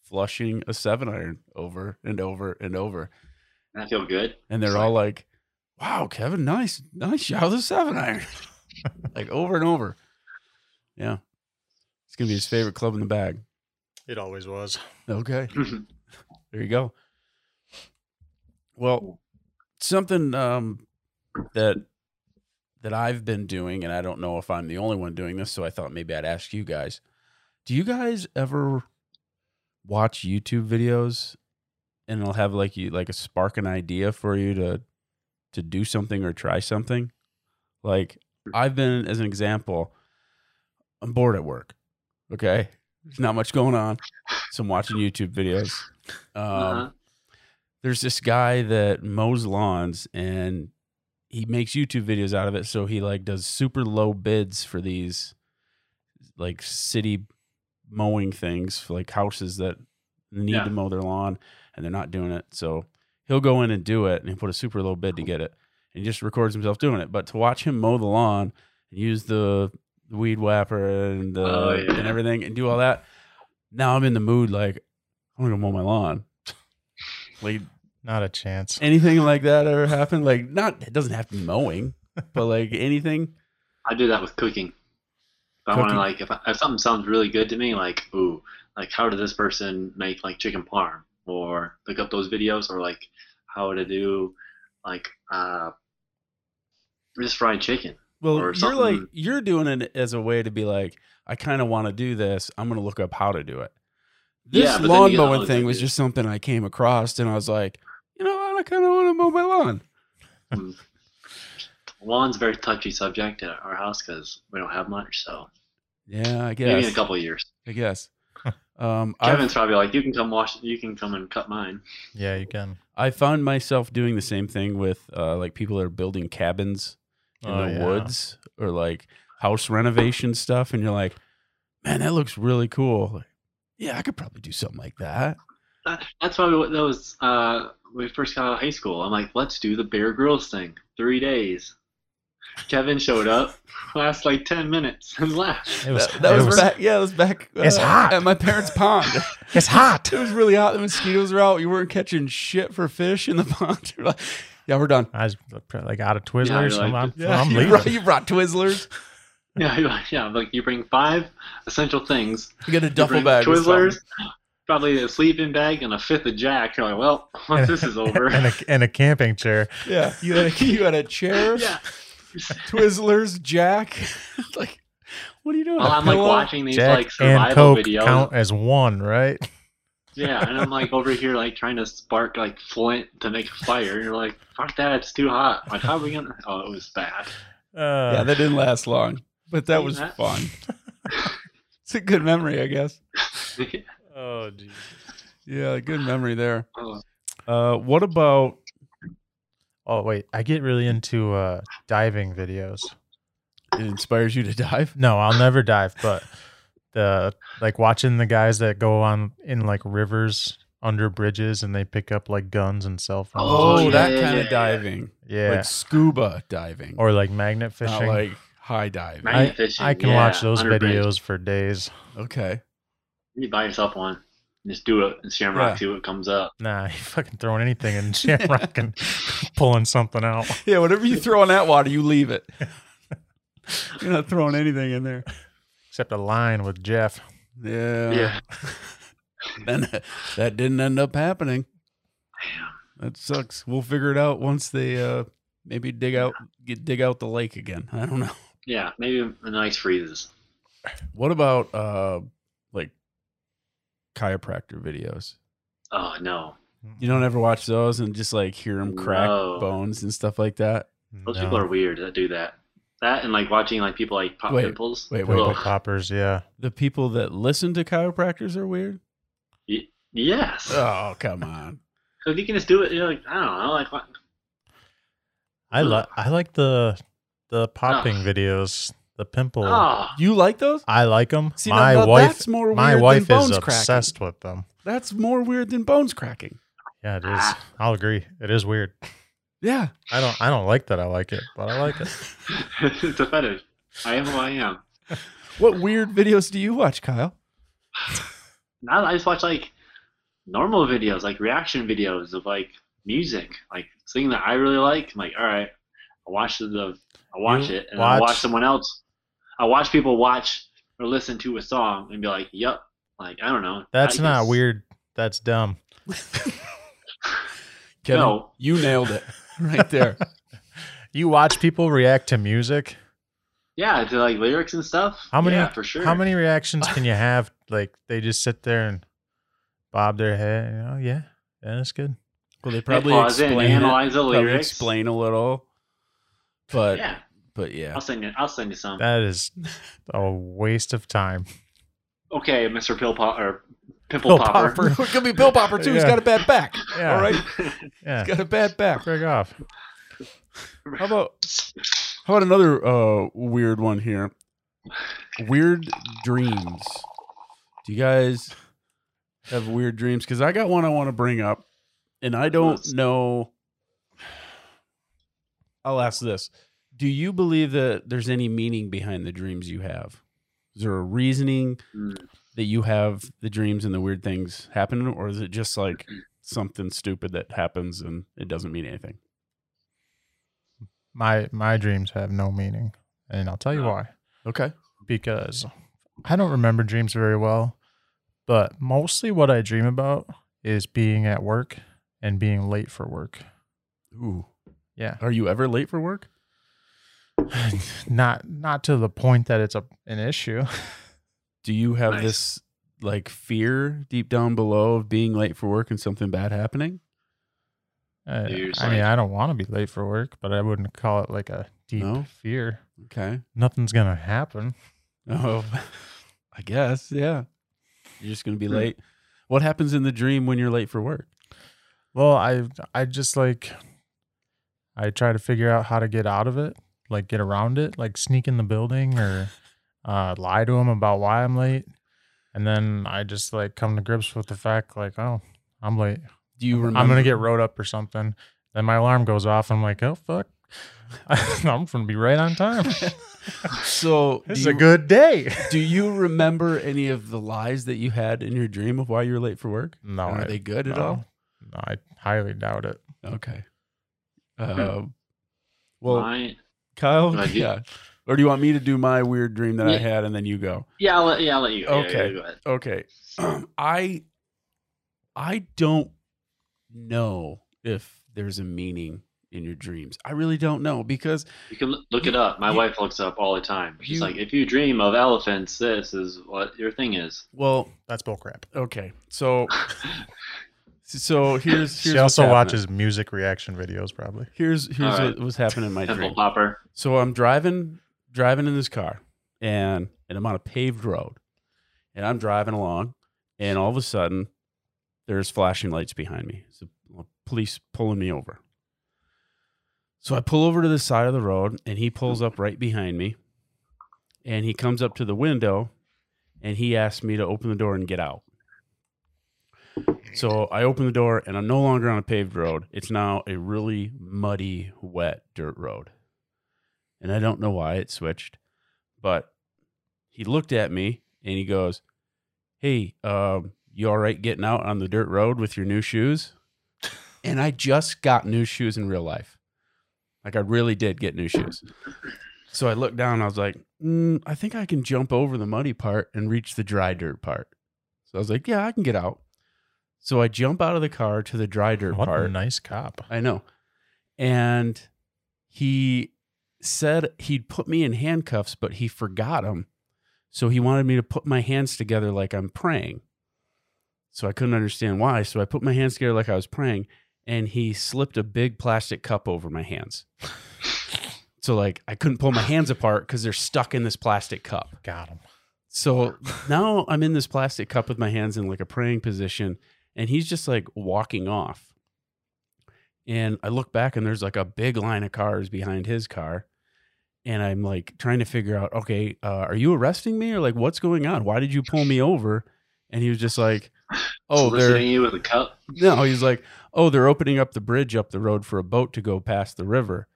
flushing a seven iron over and over and over. and i feel good [LAUGHS] And they're It's all like, wow, Kevin, nice, nice shot of the seven [LAUGHS] iron. like over and over. Yeah. It's going to be his favorite club in the bag. It always was. Okay. There you go. Well, something um, that that I've been doing, and I don't know if I'm the only one doing this, so I thought maybe I'd ask you guys. Do you guys ever watch YouTube videos, and it'll have like you like a spark an idea for you to to do something or try something? Like I've been as an example, I'm bored at work. Okay, there's not much going on, so I'm watching YouTube videos. Um, Uh-huh. there's this guy that mows lawns and he makes YouTube videos out of it. So he like does super low bids for these like city mowing things, for, like houses that need Yeah. to mow their lawn and they're not doing it. So he'll go in and do it and he'll put a super low bid to get it. And he just records himself doing it. But to watch him mow the lawn and use the weed whapper and the, Oh, yeah. and everything and do all that, now I'm in the mood like I'm gonna mow my lawn. [LAUGHS] like Not a chance. anything like that ever happened? Like not it doesn't have to be mowing, but like anything. i do that with cooking if i want to Cooking. like if, I, if something sounds really good to me like ooh like how did this person make like chicken parm or pick up those videos or like how to do like uh just fried chicken Well, Or you're like something- you're doing it as a way to be like, I kind of want to do this. I'm gonna look up how to do it. This Yeah, but then lawn you don't mowing know thing to was do. just something I came across, and I was like, you know, what? I kind of want to mow my lawn. Lawn's a very touchy subject at our house because we don't have much, so Yeah, I maybe in guess. a couple of years. I guess. Um, I've- Kevin's probably like, you can come wash, you can come and cut mine. Yeah, you can. I found myself doing the same thing with uh, like people that are building cabins in Oh, the yeah. woods or like house renovation stuff, and you're like, man, that looks really cool. Like, yeah, I could probably do something like that. That, that's probably what that was uh, when we first got out of high school. I'm like, let's do the Bear Grylls thing. Three days. Kevin showed up, last like 10 minutes, [LAUGHS] and left. It was, that that it was, back. Yeah, that was back. uh, It's hot. at my parents' [LAUGHS] pond. It's hot. it was really hot. The mosquitoes were out. You weren't catching shit for fish in the [LAUGHS] pond. You're like, yeah, we're done. I was like out of Twizzlers. Yeah, I'm, like- I'm, Yeah, [LAUGHS] I'm you leaving. brought- you brought Twizzlers. Yeah, you're like- yeah. I'm Like you bring five essential things. You got a You duffel bring bag. or something. Twizzlers, probably a sleeping bag, and a fifth of Jack. You're like, well, [LAUGHS] once this [LAUGHS] is [LAUGHS] over. and, a, and a camping chair. Yeah, you had [LAUGHS] a, you had a chair, yeah. [LAUGHS] Twizzlers, Jack. [LAUGHS] like, what are you doing? Well, A I'm like pillow? watching these Jack like and survival Coke videos. count as one, right? Yeah, and I'm like over here like trying to spark like flint to make a fire. And you're like, fuck that, it's too hot. Like, how are we gonna? [LAUGHS] Oh, it was bad. Yeah, Uh, that didn't last long, but that was [LAUGHS] fun. it's a good memory, I guess. oh, geez. Yeah, good memory there. Oh, Uh, what about? Oh, wait. I get really into uh, diving videos. It inspires you to dive. No, I'll never dive, but the like watching the guys that go on in like rivers under bridges and they pick up like guns and cell phones. Oh, Oh, yeah, that yeah, kind yeah, of yeah. diving, yeah. like scuba diving, or like magnet not fishing. like high diving. Right. I, Magnet fishing, I can yeah, watch those under bridge. videos for days. Okay, [LAUGHS] you buy yourself one. and Just do it and shamrock. Yeah. See what comes up. Nah, [LAUGHS] you fucking throwing anything in [LAUGHS] shamrock and pulling something out. yeah, whatever you throw in that water, you leave [LAUGHS] it. You're not throwing anything in there. Except a line with Jeff. Yeah, Yeah. Then [LAUGHS] that didn't end up happening. That sucks. We'll figure it out once they uh maybe dig out get dig out the lake again. I don't know. Yeah, maybe a nice freezes. What about uh like chiropractor videos? Oh no, You don't ever watch those and just like hear them crack No. bones and stuff like that. those people are weird that do that. That and like watching like people like pop Wait, pimples. wait, wait, Oh, Pimple poppers, yeah. The people that listen to chiropractors are weird. Yes, Oh come on. if you can just do it, you're like, I don't know, like what- I like I like the the popping videos, the pimple. oh, [LAUGHS] You like those? I like them. See, now- my now wife, that's more my weird wife than is bones cracking. obsessed with them. That's more weird than bones cracking. Yeah, it is. Ah. I'll agree. It is weird. Yeah. I don't. I don't like that. I like it, but I like it. it's a fetish. I am who I am. What weird videos do you watch, Kyle? Now I just watch like normal videos, like reaction videos of like music, like thing that I really like. I'm like, all right, I watch the, I watch You it, and I watch watch- someone else. I watch people watch or listen to a song and be like, yep. Like I don't know. That's I not just- weird. That's dumb. Kevin, No. you nailed it [LAUGHS] [LAUGHS] right there. [LAUGHS] You watch people react to music. Yeah, to like lyrics and stuff. How many- Yeah, for sure. How [LAUGHS] many reactions can you have? Like they just sit there and bob their head. You know, yeah, yeah, that's good. well, they They probably pause it and explain it. analyze the probably lyrics. explain a little. But Yeah, but yeah. I'll send you. I'll send you some. That is a waste of time. okay, Mr. Pill Pop or Pimple Pill Popper. Popper. [LAUGHS] it could be Bill Popper too. He's Yeah. got a bad back. [LAUGHS] Yeah, All right. [LAUGHS] Yeah, He's got a bad back. break off. How about how about another uh weird one here? Weird dreams. Do you guys have weird dreams? Because I got one I want to bring up, and I don't Let's- know. I'll ask this: Do you believe that there's any meaning behind the dreams you have? Is there a reasoning Hmm. that you have the dreams and the weird things happen, or is it just like something stupid that happens and it doesn't mean anything? My my dreams have no meaning, and I'll tell you No. why. Okay. because I don't remember dreams very well, but mostly what I dream about is being at work and being late for work. Ooh. Yeah. Are you ever late for work? not not to the point that it's a an issue. Do you have Nice. this like fear deep down below of being late for work and something bad happening? Uh, You're just I mean, like- I don't want to be late for work, but I wouldn't call it like a deep No? fear. Okay. [LAUGHS] Nothing's going to happen. Oh, I guess. Yeah. You're just Hmm. going to be late. What happens in the dream when you're late for work? Well, I I just like I try to figure out how to get out of it, like [LAUGHS] get around it, like sneak in the building or uh, lie to him about why I'm late. And then I just like come to grips with the fact like, oh, I'm late. Do you remember? I'm gonna get rode up or something. Then my alarm goes off. I'm like, oh fuck. [LAUGHS] I'm gonna be right [LAUGHS] on time. [LAUGHS] [LAUGHS] so. do It's you- a [LAUGHS] good day. Do you remember any of the lies that you had in your dream of why you were late for work? No, Are I, they good no, at all? No, I highly doubt it. Okay. Hmm. Um, well, Mine- Kyle, I [LAUGHS] did- yeah. Or do you want me to do my weird dream that I Yeah. had and then you go? yeah, I'll let, yeah, I'll let you. Yeah, yeah, Okay. go ahead. [CLEARS THROAT] Okay. I I don't know if there's a meaning in your dreams. I really don't know because You can look it up. My You- wife looks up all the time. She's you- like, if you dream of elephants, this is what your thing is. well, That's bullcrap. okay. [LAUGHS] So so here's here's She what's also happening. watches music reaction videos, probably. Here's here's All right. what was happening in [LAUGHS] my Pimple dream. popper. So I'm driving driving in this car and and I'm on a paved road and I'm driving along and all of a sudden there's flashing lights behind me. So uh, police pulling me over. So I pull over to the side of the road and he pulls up right behind me and he comes up to the window and he asks me to open the door and get out. So I open the door and I'm no longer on a paved road. It's now a really muddy, wet dirt road and I don't know why it switched, but he looked at me and he goes, "Hey, um, you all right getting out on the dirt road with your new shoes?" And I just got new shoes in real life, like I really did get new shoes. So I looked down. I was like, mm, "I think I can jump over the muddy part and reach the dry dirt part." So I was like, "Yeah, I can get out." So I jump out of the car to the dry dirt What part. a nice cop. I know. And he said he'd put me in handcuffs, but he forgot them. So he wanted me to put my hands together like I'm praying. So I couldn't understand why. So I put my hands together like I was praying, and he slipped a big plastic cup over my hands. so, like, I couldn't pull my hands apart because they're stuck in this plastic cup. Got him. [LAUGHS] So now I'm in this plastic cup with my hands in like a praying position, and he's just like walking off. And I look back, and there's like a big line of cars behind his car. And I'm like trying to figure out, okay, uh, are you arresting me or like what's going on? Why did you pull me over? And he was just like, oh, they're soliciting you with a cup. no, he's like, oh, they're opening up the bridge up the road for a boat to go past the river.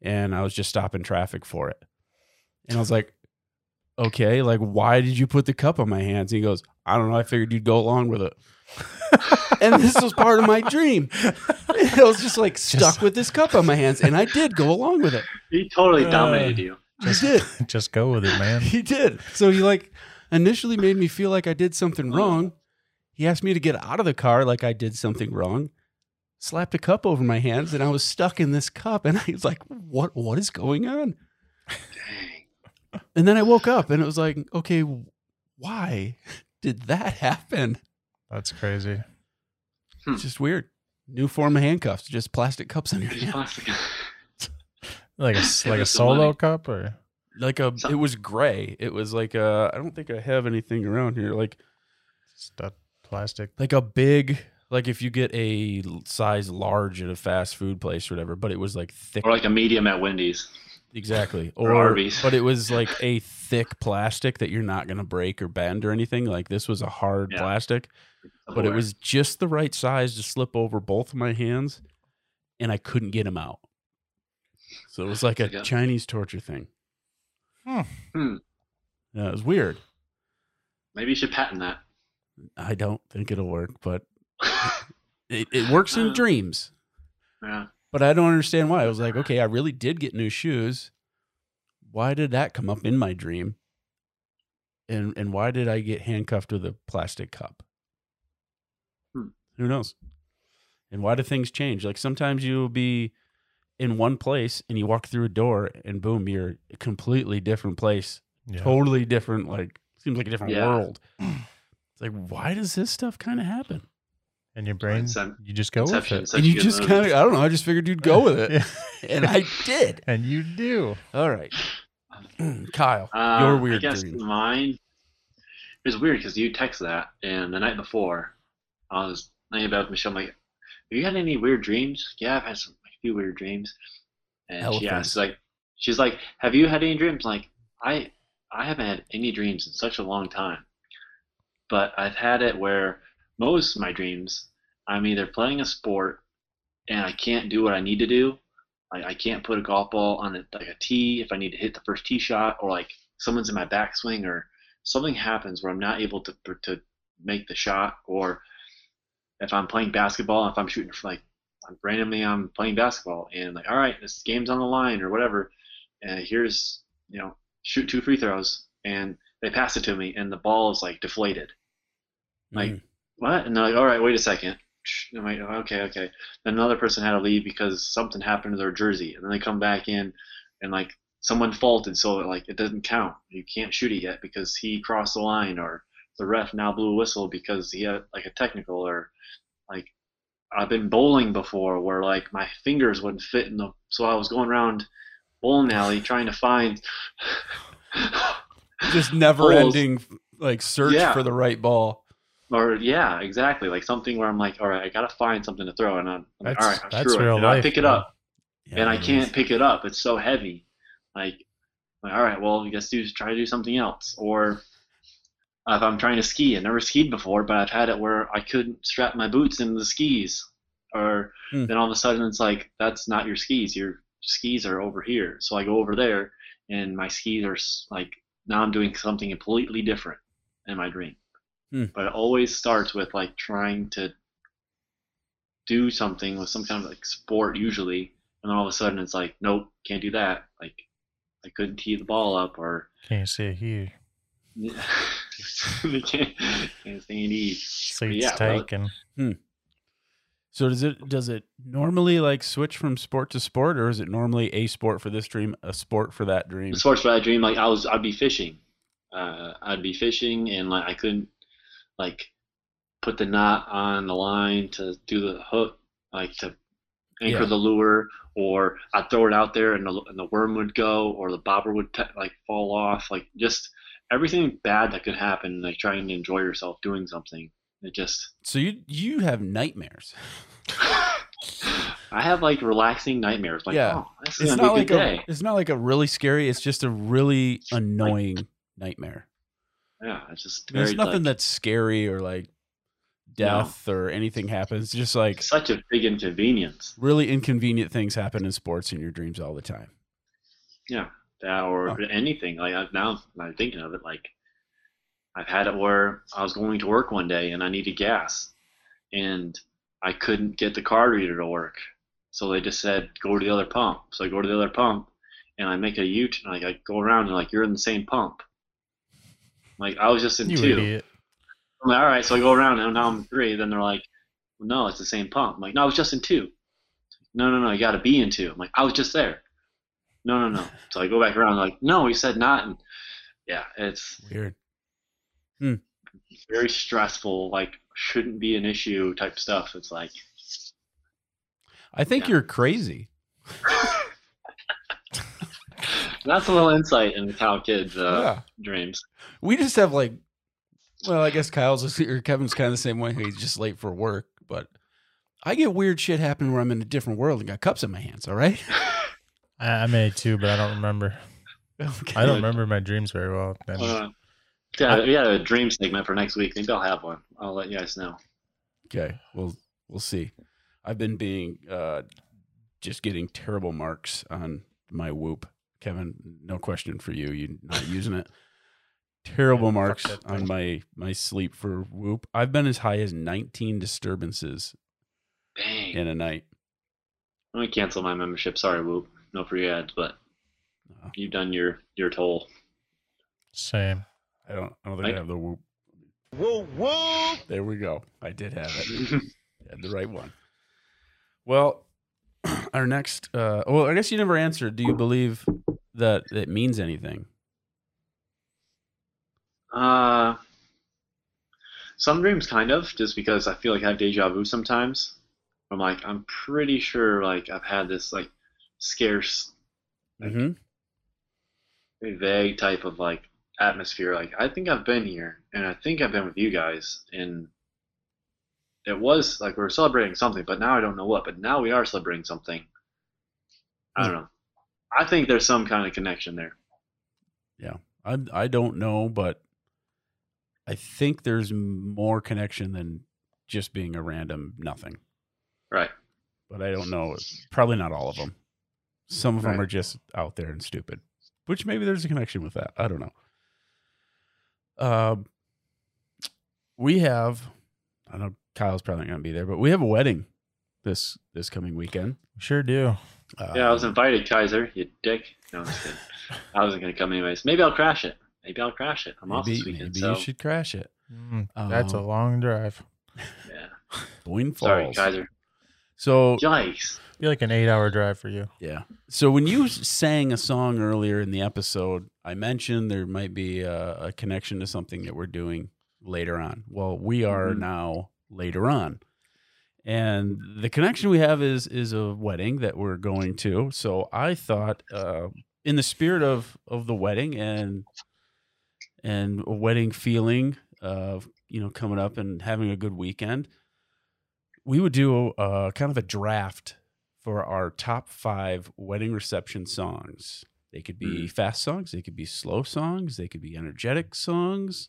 And I was just stopping traffic for it. And I was like, okay, like, why did you put the cup on my hands? And he goes, I don't know. I figured you'd go along with [LAUGHS] it. and this was part of my dream. [LAUGHS] I was just like stuck Just- with this cup on my hands. And I did go along with it. He totally Uh, dominated you. I did. Just go with it, man. [LAUGHS] He did. So he like initially made me feel like I did something wrong. He asked me to get out of the car like I did something wrong. Slapped a cup over my hands and I was stuck in this cup and [LAUGHS] I was like, "What what is going on?" Dang. And then I woke up and it was like, "Okay, why [LAUGHS] did that happen?" That's crazy. It's just weird. New form of handcuffs, just plastic cups on your [LAUGHS] Just hand. plastic. Like a s- Give like a us the solo money. cup or Like a it was gray. It was like a I don't think I have anything around here like just a plastic. like a big like if you get a l- size large at a fast food place or whatever but it was like thick [LAUGHS] Or like a medium at Wendy's. exactly or Arby's. but it [LAUGHS] was like a thick plastic that you're not going to break or bend or anything like this was a hard Yeah. plastic but it was just the right size to slip over both of my hands and I couldn't get them out so it was like a Yeah. Chinese torture thing Hmm. Hmm. yeah it was weird Maybe you should patent that. [LAUGHS] I don't think it'll work but it, it works in Uh. dreams yeah. But I don't understand why. I was like, okay, I really did get new shoes. Why did that come up in my dream? And and why did I get handcuffed with a plastic cup? Hmm. Who knows? And why do things change? Like sometimes you'll be in one place and you walk through a door and boom, you're a completely different place. Yeah. Totally different, like seems like a different Yeah. [CLEARS THROAT] world. It's like, why does this stuff kind of happen? And your brain, Incep- you just go with Inception, it. such and a you good just movie. kind of, I don't know, I just figured you'd go with [LAUGHS] it. Yeah. And I did. [LAUGHS] and you do. All right. [CLEARS THROAT] Kyle, Uh, your I weird guess dream. mine. It was weird because you text that, and the night before, I was thinking about Michelle. I'm like, have you had any weird dreams? Yeah, I've had some, a few weird dreams. And she Elephants. asked, like, she's like, have you had any dreams? I'm like, I, I haven't had any dreams in such a long time. but I've had it where most of my dreams, I'm either playing a sport and I can't do what I need to do. Like I can't put a golf ball on a, like a tee if I need to hit the first tee shot, or like someone's in my backswing, or something happens where I'm not able to to make the shot, or if I'm playing basketball, if I'm shooting for like I'm randomly I'm playing basketball and like all right, this game's on the line or whatever, and here's you know shoot two free throws and they pass it to me and the ball is like deflated. Like Mm. what? And they're like, all right, wait a second. Shh. I'm like, "Oh, okay, okay. Then another person had to leave because something happened to their jersey, and then they come back in, and like someone faulted, so like it doesn't count. You can't shoot it yet because he crossed the line, or the ref now blew a whistle because he had like a technical, or like I've been bowling before where like my fingers wouldn't fit in the, so I was going around bowling alley trying to find. Mm. just never ending like search Yeah. for the right ball. Or yeah, exactly. Like something where I'm like, all right, I gotta find something to throw, and I'm, I'm like, That's- all right, I'm that's screwed. real and I life, pick it man. up, Yeah, and I it can't is. pick it up. It's so heavy. Like, like, all right, well, I guess do try to do something else. Or if I'm trying to ski, I never skied before, but I've had it where I couldn't strap my boots into the skis, or Hmm. then all of a sudden it's like that's not your skis. Your skis are over here. So I go over there, and my skis are s- like now I'm doing something completely different in my dream. Hmm. But it always starts with like trying to do something with some kind of like sport usually, and then all of a sudden it's like, nope, can't do that. Like I couldn't tee the ball up, or [LAUGHS] Can't see here. can't, can't see any. Seats yeah, bro. taken. So does it does it normally like switch from sport to sport, or is it normally a sport for this dream, a sport for that dream? As far as what I dream, like I was, I'd be fishing. Uh, I'd be fishing, and like I couldn't, like, put the knot on the line to do the hook, like to anchor Yeah. the lure, or I'd throw it out there, and the and the worm would go, or the bobber would pe- like fall off, like just everything bad that could happen. Like trying to enjoy yourself doing something, it just. [LAUGHS] So you you have nightmares. I have like relaxing nightmares. Like, Yeah. oh, this is It's gonna not be a like good a day. it's not like a really scary. It's just a really annoying nightmare. yeah, it's just There's very nothing like, that's scary or like death or anything happens. It's just like such a big inconvenience. really inconvenient things happen in sports in your dreams all the time. Yeah, that or Huh. anything. Like I, now, I'm thinking of it. Like I've had it where I was going to work one day and I needed gas, and I couldn't get the card reader to work, so they just said go to the other pump. So I go to the other pump, and I make a U turn. Like I go around and like you're in the same pump. Like I was just in You two. idiot. I'm like, all right, so I go around and now I'm in three. Then they're like, well, no, it's the same pump. I'm like, no, I was just in two. No, no, no, you got to be in two. I'm like, I was just there. No, no, no. So I go back around. Like, no, he said not. And yeah, it's Weird. very stressful. Like, shouldn't be an issue type stuff. It's like, I think Yeah. you're crazy. that's a little insight into how kids uh, dreams. We just have like, well, I guess Kyle's just- or Kevin's kind of the same way. He's just late for work, but I get weird shit happening where I'm in a different world and got cups in my hands. All right. [LAUGHS] I, I made two, but I don't remember. Okay. [LAUGHS] I don't remember my dreams very well. Then. Uh, yeah, we had a dream segment for next week. Maybe I'll have one. I'll let you guys know. Okay. We'll we'll see. I've been being uh, just getting terrible marks on my Whoop, Kevin. No question for you. You not using it. Terrible Yeah, fuck marks that on thing. my my sleep for Whoop. I've been as high as 19 disturbances Dang. in a night. Let me cancel my membership. Sorry, Whoop. No free ads, but Uh-huh. you've done your your toll. Same. I don't. I don't think I I- have the Whoop. Woo woo! There we go. I did have it. had the right one. Well, [CLEARS THROAT] our next. Uh, well, I guess you never answered. Do you believe that it means anything? [LAUGHS] Uh, some dreams kind of, just because I feel like I have deja vu sometimes. I'm like, I'm pretty sure like I've had this like scarce, Mm-hmm. vague type of like atmosphere. Like I think I've been here, and I think I've been with you guys, and it was like we were celebrating something, but now I don't know what. But now we are celebrating something. I don't know. I think there's some kind of connection there. I I don't know, but I think there's more connection than just being a random nothing. Right. But I don't know. Probably not all of them. Some of them Right. are just out there and stupid, which maybe there's a connection with that. I don't know. Um, we have, I know Kyle's probably not going to be there, but we have a wedding this this coming weekend. Sure do. Uh, Yeah, I was invited, Kaiser. You dick. No, I'm [LAUGHS] just kidding. I wasn't gonna come anyways. Maybe I'll crash it. Maybe I'll crash it. I'm off Uh, maybe this weekend, maybe so you should crash it. Mm, that's a Um, long drive. yeah. Boyne Sorry, Falls. Kaiser. So Yikes. Be like an eight hour drive for you. Yeah. So when you s- sang a song earlier in the episode, I mentioned there might be a, a connection to something that we're doing later on. Well, we are Mhm. now later on. And the connection we have is is a wedding that we're going to. So I thought uh, in the spirit of of the wedding and and a wedding feeling of you know coming up and having a good weekend, we would do a, a kind of a draft for our top five wedding reception songs. They could be fast songs, they could be slow songs, they could be energetic songs,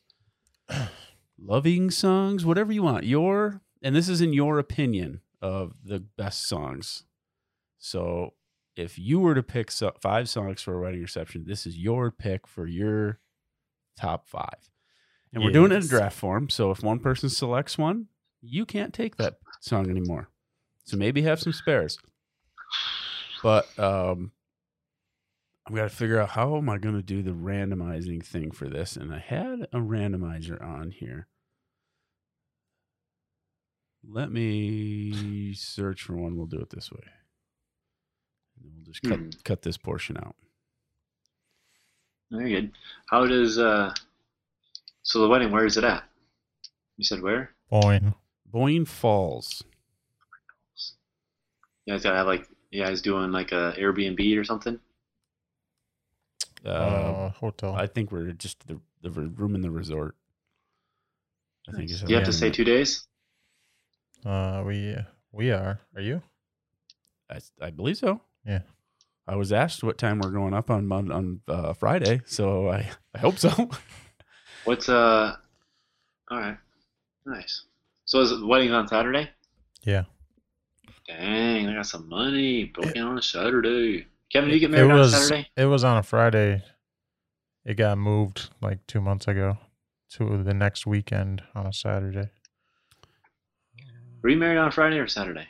loving songs, whatever you want. Your and this is in your opinion of the best songs. So if you were to pick so- five songs for a wedding reception, this is your pick for your top five. And we're doing it in Yes. draft form. So if one person selects one, you can't take that song anymore. So maybe have some spares. But um I've got to figure out how am I going to do the randomizing thing for this. And I had a randomizer on here. Let me search for one. We'll do it this way. And then we'll just cut Hmm. cut this portion out. Very good. How does uh so the wedding, where is it at? You said where? Boing. Boyne Falls. You guys gotta have like you guys doing like a Airbnb or something? Uh, Uh, hotel. I think we're just the the re- room in the resort. I think is how you have we're to stay doing it. two days? uh, we we are. Are you? I, I believe so. Yeah. I was asked what time we're going up on Mon- on uh, Friday, so I, I hope so. [LAUGHS] Oh, What's uh all right. Nice. So is the wedding on Saturday? Yeah. Dang, I got some money. Booking on a Saturday. Kevin, did you get It married on was Saturday? it was on a Friday. It got moved like two months ago to the next weekend on a Saturday. Were you married on Friday or Saturday?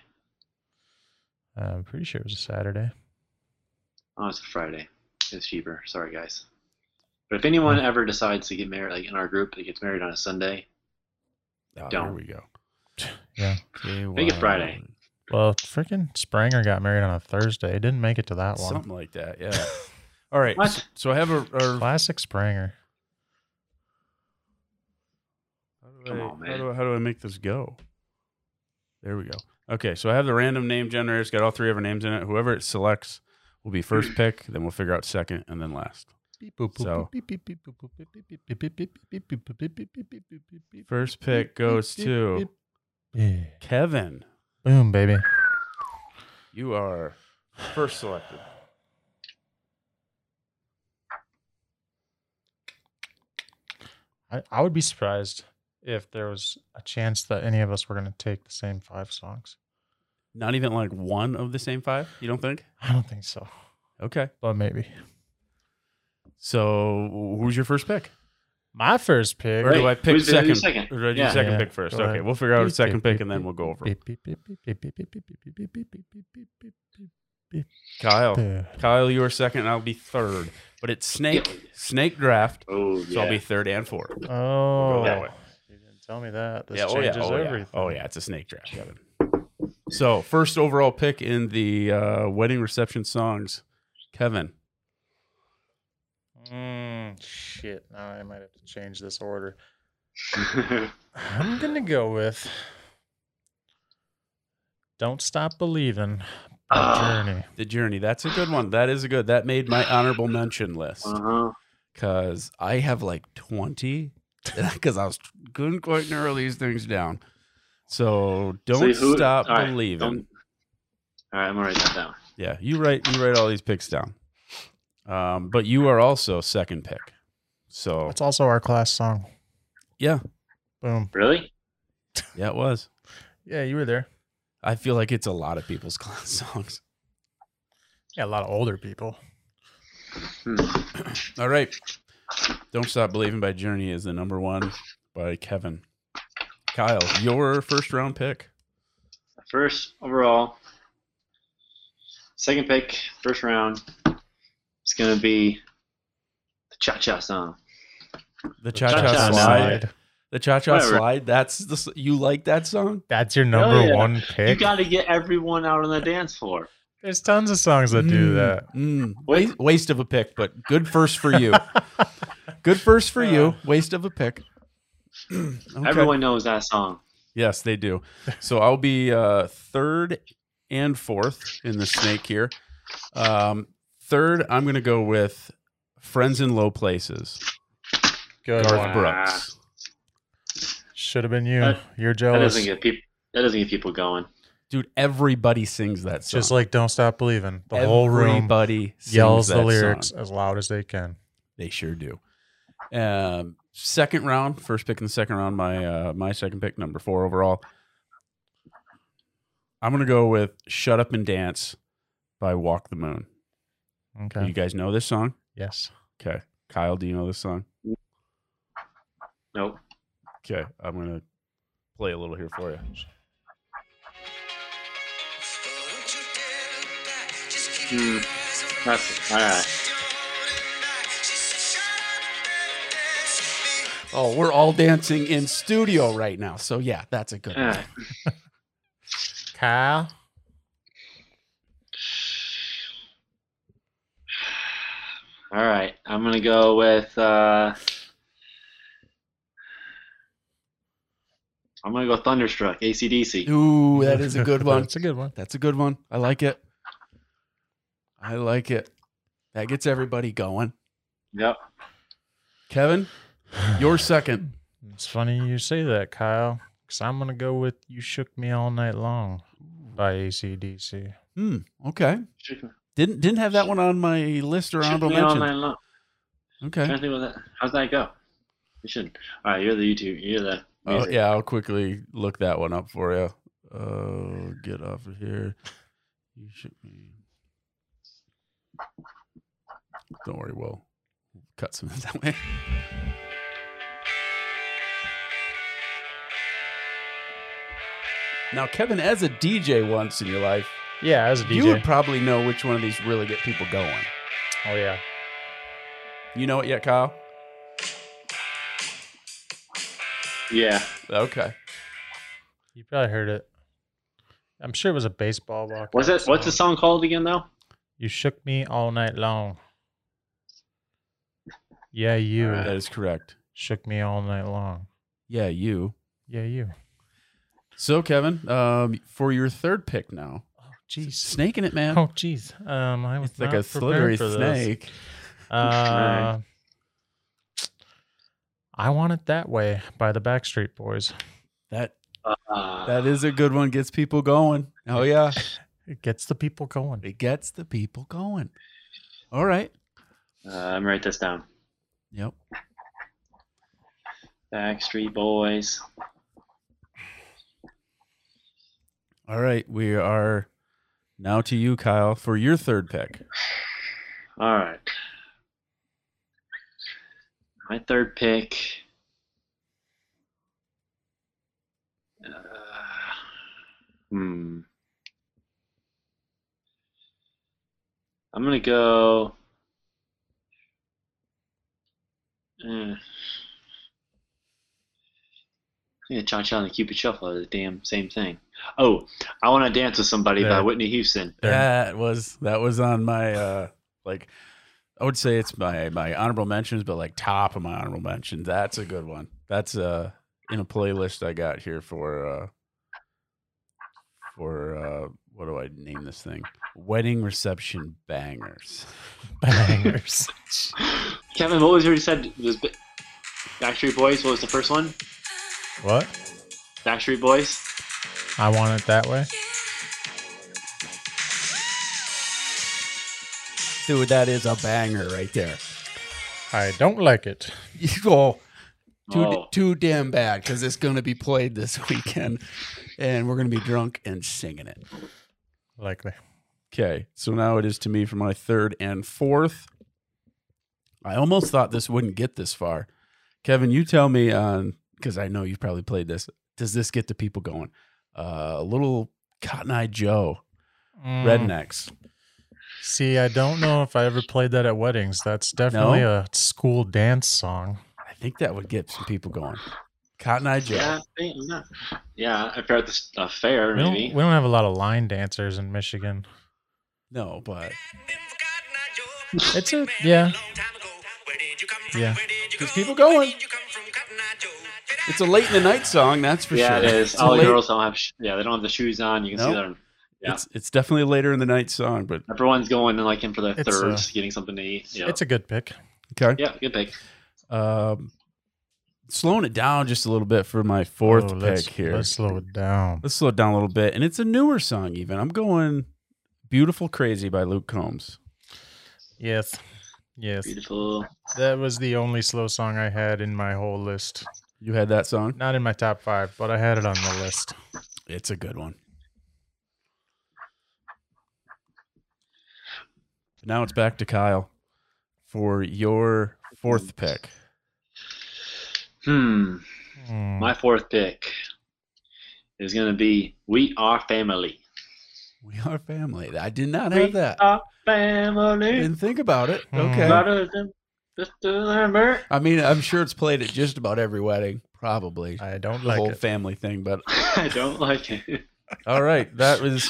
I'm pretty sure it was a Saturday. Oh, it's a Friday. It's cheaper. Sorry, guys. But if anyone ever decides to get married, like in our group that gets married on a Sunday, Oh, There Don't. we go. Yeah. Make it Friday. Well, freaking Spranger got married on a Thursday. Didn't make it to that one. Something like that. Yeah. [LAUGHS] All right. What? s- So I have a. a Classic Spranger. Come I- on, How man. do, I, how do I make this go? There we go. Okay, so I have the random name generator. It's got all three of our names in it. Whoever it selects will be first pick. Then we'll figure out second and then last. So- First pick goes to Yeah. Kevin. Boom, baby. You are first selected. I, I would be surprised if there was a chance that any of us were going to take the same five songs. Not even like one of the same five. You don't think? I don't think so, Okay. but maybe. So who's your first pick? My first pick. Or do Wait, I pick who's the- second? who's second? Or do I do Yeah. second Yeah. pick first? Go okay, ahead. we'll figure out a second pick and then we'll go over. 'em. Kyle. Kyle, you are second, and I'll be third. But it's snake snake draft, oh so I'll be third and fourth. Oh, that way. you didn't tell me that. This yeah, oh yeah, changes oh yeah, everything. oh yeah, it's a snake draft, Kevin. So first overall pick in the uh, wedding reception songs, Kevin. Mm, shit. Now I might have to change this order. yeah. I'm gonna go with "Don't Stop Believing" by Ah. Journey. The journey. That's a good one. That is a good. That made my honorable mention list [LAUGHS] uh-huh. because I have like twenty because I was couldn't quite narrow these things down. So don't See, who- stop all right, believing. don't- all right, I'm gonna write that down. Yeah, you write you write all these picks down. Um, but you are also second pick. So It's also our class song. Yeah, Boom. Really? yeah, it was. Yeah, you were there. I feel like it's a lot of people's [LAUGHS] clown songs. Yeah, a lot of older people. Hmm. All right, "Don't Stop Believing" by Journey is the number one by Kevin. Kyle, your first round pick. First overall, second pick, first round. It's gonna be the Cha Cha song. The Cha Cha-Cha Cha Slide. Slide. The Cha Cha Whatever. Slide. That's the s- you like that song? That's your number yeah. one You pick. gotta get everyone out on the dance floor. There's tons of songs that do Mm, that. mm. Wait. Wa- waste of a pick, but good first for [LAUGHS] you. good first for you. Waste of a pick. Okay. Everyone knows that song. Yes, they do. So I'll be uh, third and fourth in the snake here. Um, third, I'm going to go with Friends in Low Places, Good Garth one. Brooks. Should have been you. That- You're That jealous. doesn't get people. That doesn't get people going. Dude, everybody sings that song. Just like Don't Stop Believing. The whole room everybody sings yells the that lyrics song. as loud as they can. They sure do. Um, second round, first pick in the second round. My uh, my second pick, number four overall. I'm gonna go with "Shut Up and Dance" by Walk the Moon. Do Okay. You guys know this song? yes. Okay, Kyle, do you know this song? Nope. Okay, I'm gonna play a little here for you. Hmm. That's all right. Oh, we're all dancing in studio right now, so yeah, that's a good All [LAUGHS] one. right. Kyle. All right. I'm gonna go with. Uh, I'm gonna go Thunderstruck, ACDC. Ooh, that is a [LAUGHS] good one. That's a good one. That's a good one. I like it. I like it. That gets everybody going. Yep. Kevin, [LAUGHS] your second. It's funny you say that, Kyle, because I'm going to go with You Shook Me All Night Long by ACDC. Hmm. Okay. Shook me- Didn't didn't have that one on my list or shook honorable me all night mention. long. Okay. Trying to think about that. How's that go? You should. All right. You're the YouTube. You're the. Oh, yeah, I'll quickly look that one up for you. Oh, get off of here. You should be. Don't worry, we'll cut some of that way. Now, Kevin, as a DJ once in your life, Yeah, as a DJ. you would probably know which one of these really get people going. oh, yeah. You know it yet, Kyle? Yeah. Okay. You probably heard it. I'm sure it was a baseball walk. What's it? What's the song called again, though? You shook me all night long. Yeah, you Alright. That is correct. shook me all night long. Yeah, you. Yeah, you. So, Kevin, um, for your third pick now, Oh, jeez. snaking it, man. Oh, jeez. Um, I was it's like not a slithery prepared for this. snake. Uh, I want it that way by the Backstreet Boys. That Uh, that is a good one. Gets people going. Oh yeah, It gets the people going. it gets the people going. All right. uh, I'm gonna write this down. Yep. Backstreet Boys. All right. We are now to you, Kyle, for your third pick. All right. My third pick. Uh, hmm. I'm gonna go. Eh. I think the Cha Cha and the Cupid Shuffle are the damn same thing. Oh, I want to dance with somebody by Yeah. Whitney Houston. There. That was that was on my uh like I would say it's my my honorable mentions, but like top of my honorable mentions. That's a good one. That's uh in a playlist I got here for uh for uh what do I name this thing? Wedding reception bangers. [LAUGHS] [LAUGHS] Bangers. Kevin, what was your you said was b- Backstreet Boys? What was the first one? what? Backstreet Boys. I want it that way. Dude, that is a banger right there. [LAUGHS] I don't like it. oh, too Oh. too damn bad because it's going to be played this weekend, and we're going to be drunk and singing it. Likely. Okay, so now it is to me for my third and fourth. I almost thought this wouldn't get this far. Kevin, you tell me on because I know you've probably played this. Does this get the people going? Uh, a little Cotton Eye Joe, Mm, Rednecks. See, I don't know if I ever played that at weddings. That's definitely a school dance song. I think that would get some people going. Cotton Eye Joe. Yeah, I think- I'm not- yeah. If you're at the s- a fair, We don't, maybe. we don't have a lot of line dancers in Michigan. No, but It's a yeah. Yeah. Gets people going. It's a late in the night song, that's for yeah, sure. it is. It's a All the late- girls don't have. Sh- yeah, they don't have the shoes on. You can see Nope. them. yeah. It's it's definitely a later in the night song, but Everyone's going and like in for their It's, thirds, uh, getting something to eat. Yeah, It's a good pick. okay. yeah, good pick. Um, slowing it down just a little bit for my fourth Oh, pick let's- here. Let's Let's, slow it down. slow it down a little bit, and it's a newer song. Even I'm going "Beautiful Crazy" by Luke Combs. Yes. Yes. Beautiful. That was the only slow song I had in my whole list. You had that song. Not in my top five, but I had it on the list. It's a good one. Now it's back to Kyle for your fourth pick. Hmm. Hmm. My fourth pick is gonna be "We Are Family." We are family. I did not We have that. are family. Didn't think about it. Hmm. Okay. Brothers and sisters and mer- I mean, I'm sure it's played at just about every wedding, probably. I don't the like whole it. family thing, but [LAUGHS] I don't like it. all right, that [LAUGHS] was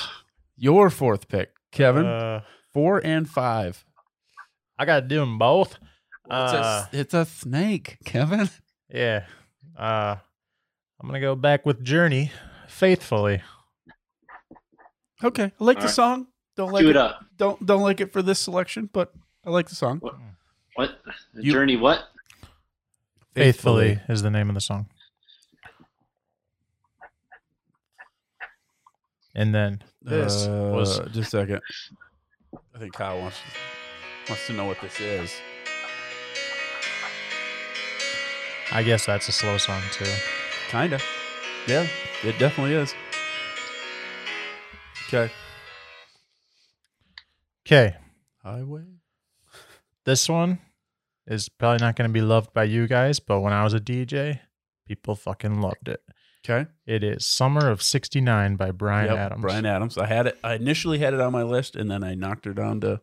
your fourth pick, Kevin. Uh, Four and five. I gotta do them both. It's, Uh, a, it's a snake, Kevin. [LAUGHS] yeah. Uh, I'm gonna go back with Journey, faithfully. Okay, I like All the right. song. Don't like Do it. it up. Don't don't like it for this selection, but I like the song. What You- journey? What? Faithfully, is the name of the song. And then this was Uh, just a second. I think Kyle wants wants to know what this is. I guess that's a slow song too. Kinda. Yeah, it definitely is. Okay. Okay. Highway. This one is probably not going to be loved by you guys, but when I was a DJ, people fucking loved it. Okay. It is Summer of 69 by Brian Yep, Adams. Brian Adams. I had it. I initially had it on my list, and then I knocked her down to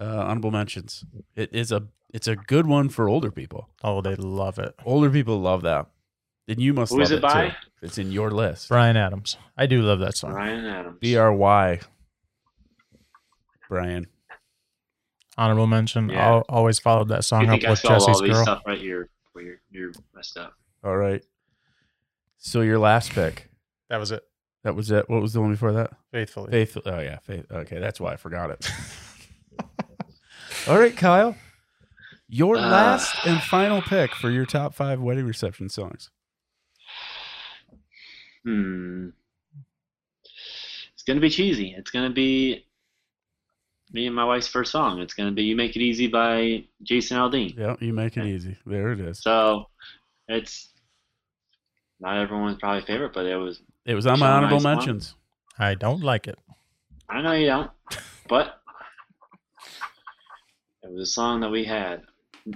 uh, honorable mentions. It is a it's a good one for older people. oh, they love it. Older people love that, and you must Who love is it it by? too. It's in your list. Brian Adams. I do love that song. Brian Adams. B R Y. Brian. Honorable mention. Yeah. I'll, always followed that You song up think I with spell all Jesse's these Girl. stuff right here? Where you're, you're messed up. All right. So your last pick. That was it. That was it. What was the one before that? Faithfully. Faith. Oh yeah, faith. Okay, that's why I forgot it. [LAUGHS] All right, Kyle, your Ah. last and final pick for your top five wedding reception songs. Hmm. It's gonna be cheesy. It's gonna be me and my wife's first song. It's gonna be "You Make It Easy" by Jason Aldean. Yeah, you make it easy. There it is. So it's not everyone's probably favorite, but it was. It was on my So honorable nice one. mentions. I don't like it. I know you don't, but it was a song that we had.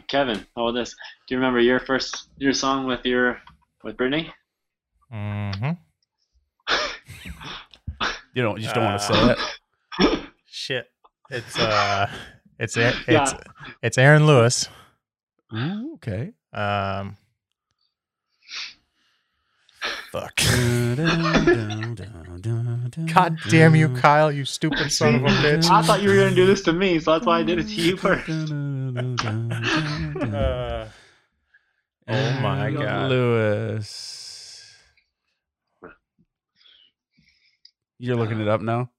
Kevin, how about this? Do you remember your first your song with your with Brittany? hmm You don't you just don't Uh, want to Ah. say it. Shit. It's uh, [LAUGHS] it's A- it's Yeah. it's Aaron Lewis. Ooh, okay. Um, fuck. [LAUGHS] [LAUGHS] God damn you, Kyle! You stupid son [LAUGHS] of a bitch. I thought you were gonna do this to me, so that's why I did it to [LAUGHS] [LAUGHS] you first. Uh, oh my Aaron god. Lewis. You're looking it up now?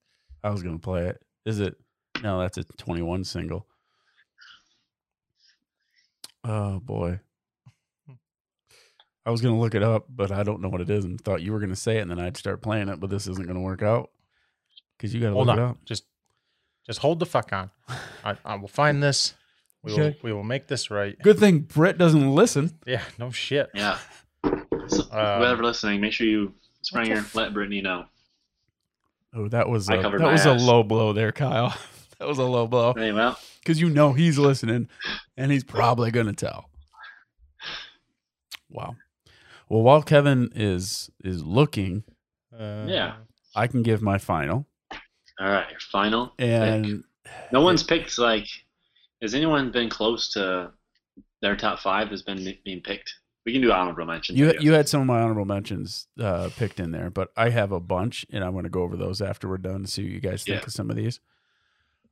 I was gonna play it. Is it no, that's a twenty one single. Oh boy. I was gonna look it up, but I don't know what it is and thought you were gonna say it and then I'd start playing it, but this isn't gonna work out. Cause you gotta Hold look on. it up. [LAUGHS] Just, just hold the fuck on. I, I will find this. We Okay. will we will make this right. Good thing Brett doesn't listen. Yeah, no shit. Yeah. So, Uh, whoever listening, make sure you Springer let Brittany know. Oh, that was a, I that covered my was a ass. low blow there, Kyle. [LAUGHS] that was a low blow Hey, well, because you know he's listening, and he's probably gonna tell. Wow. Well, while Kevin is is looking, Uh, Yeah. I can give my final all right, your final. pick. and no one's picked like. Has anyone been close to their top five? Has been be- being picked. We can do honorable mentions. You I guess. you had some of my honorable mentions uh, picked in there, but I have a bunch, and I'm going to go over those after we're done and see what you guys think Yeah. of some of these.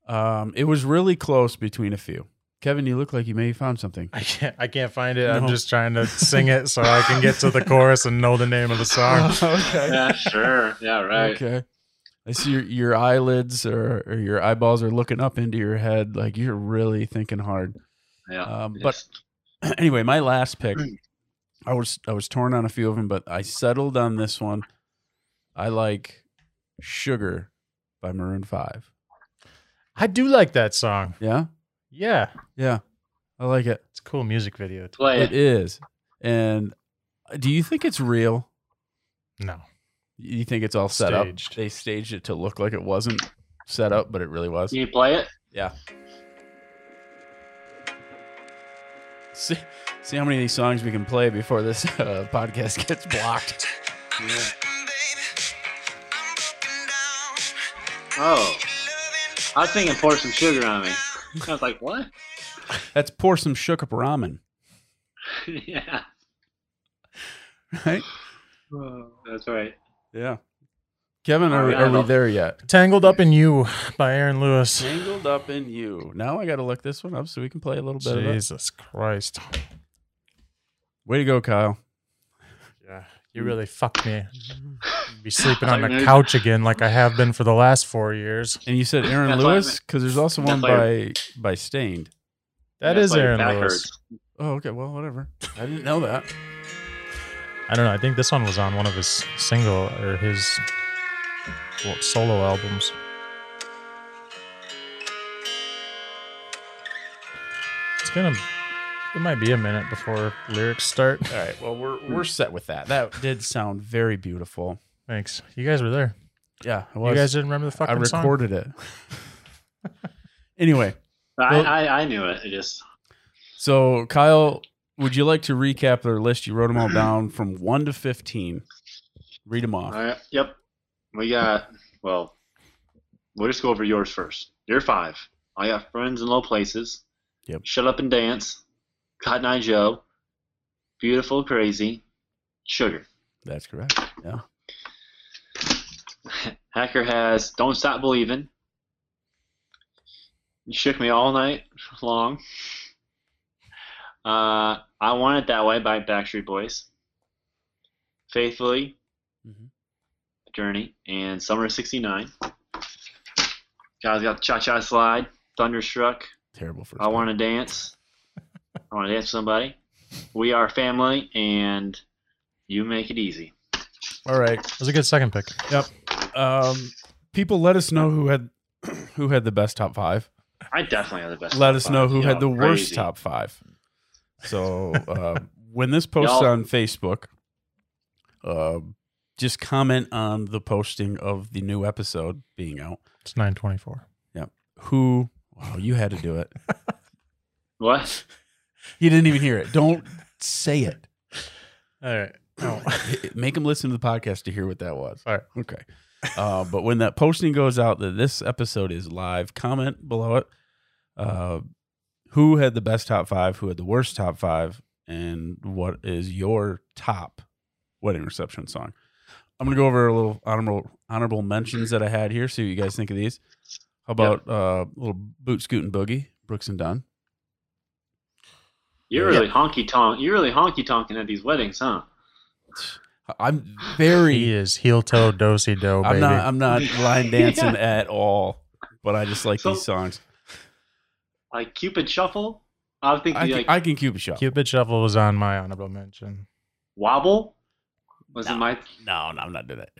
Um, it was really close between a few. Kevin, you look like you may have found [LAUGHS] something. I can't I can't find it. I'm No. just trying to sing it so I can get to [LAUGHS] the chorus and know the name of the song. Oh, [LAUGHS] okay. yeah, sure. Yeah, right. Okay. I see your your eyelids or, or your eyeballs are looking up into your head, like you're really thinking hard. [CLEARS THROAT] Yeah. Um, but- Yes. anyway, my last pick, I was I was torn on a few of them, but I settled on this one. I like "Sugar" by Maroon Five. I do like that song. Yeah, Yeah. yeah, I like it. It's a cool music video. too. play It it. is. And uh, do you think it's real? No. You think it's all set up? Staged. They staged it to look like it wasn't set up, but it really was. Can you play it? See, see how many of these songs we can play before this [LAUGHS] uh, podcast gets blocked. Oh. [LAUGHS] I was thinking pour some sugar [LAUGHS] on me. I was like, what? [LAUGHS] That's pour some shook up ramen, yeah. right? That's right. Yeah. Kevin, All are, right, are we I'll- there yet? Tangled Up in You by Aaron Lewis. Tangled up in you. Now I got to look this one up so we can play a little bit of it. Jesus Christ. Way to go, Kyle. Yeah. You really fucked me. Be sleeping on I the know. couch again like I have been for the last four years. And you said Aaron That's why I Lewis meant- because there's also one That's why by by Stained. That Yeah, is play it Aaron backwards. Lewis. Oh, okay. Well, whatever. I didn't know that. I don't know. I think this one was on one of his single or his well, solo albums. It's gonna. It might be a minute before lyrics start. All right. Well, we're we're set with that. That did sound very beautiful. Thanks. You guys were there. Yeah, I you guys didn't remember the I fucking song? recorded it. [LAUGHS] anyway, I, Well- I, I knew it. I just so Kyle, would you like to recap their list? You wrote [CLEARS THROAT] them all down from one to fifteen. Read them all off. right. Yep. We got well. We'll just go over yours first. Your five. I got friends in low places. Yep. Shut up and dance. Cotton Eye Joe. Beautiful crazy. Sugar. That's correct. Hacker has don't stop believing. You shook me all night long. Uh, I want it that way by Backstreet Boys. Faithfully. Mhm. Journey and Summer of '69. Guys got Cha Cha Slide, Thunderstruck, Terrible first. I Want to Dance, I Want to Dance with Somebody, We Are Family, and You Make It Easy. All right. It was a good second pick. Yep. Um, people, let us know who had [CLEARS THROAT] who had the best top five. I definitely have the best. Let top us five. know who Y'all had the worst crazy. top five. So uh, when this posts [LAUGHS] Y'all- on Facebook, uh, just comment on the posting of the new episode being out. It's nine twenty-four. Who? Wow, you had to do it. What? You didn't even hear it. Don't say it. All right. [LAUGHS] Make them listen to the podcast to hear what that was. All right. Okay. Uh, but when that posting goes out that this episode is live, comment below it. Uh, who had the best top five? Who had the worst top five? And what is your top wedding reception song? I'm gonna go over a little honorable honorable mentions that I had here. See what you guys think of these. How about uh, little boot scootin' boogie, Brooks and Dunn? You're really honky tonk. You're really honky tonking at these weddings, huh? I'm [LAUGHS] very He is heel toe dosey do Oh, baby. I'm not I'm not [LAUGHS] line dancing Yeah. at all, but I just like So- these songs. Like Cupid Shuffle. I would think I the, can, like I can cube a shot. Cupid Shuffle was on my honorable mention. Wobble. Was No. it my? No, no, I'm not doing that.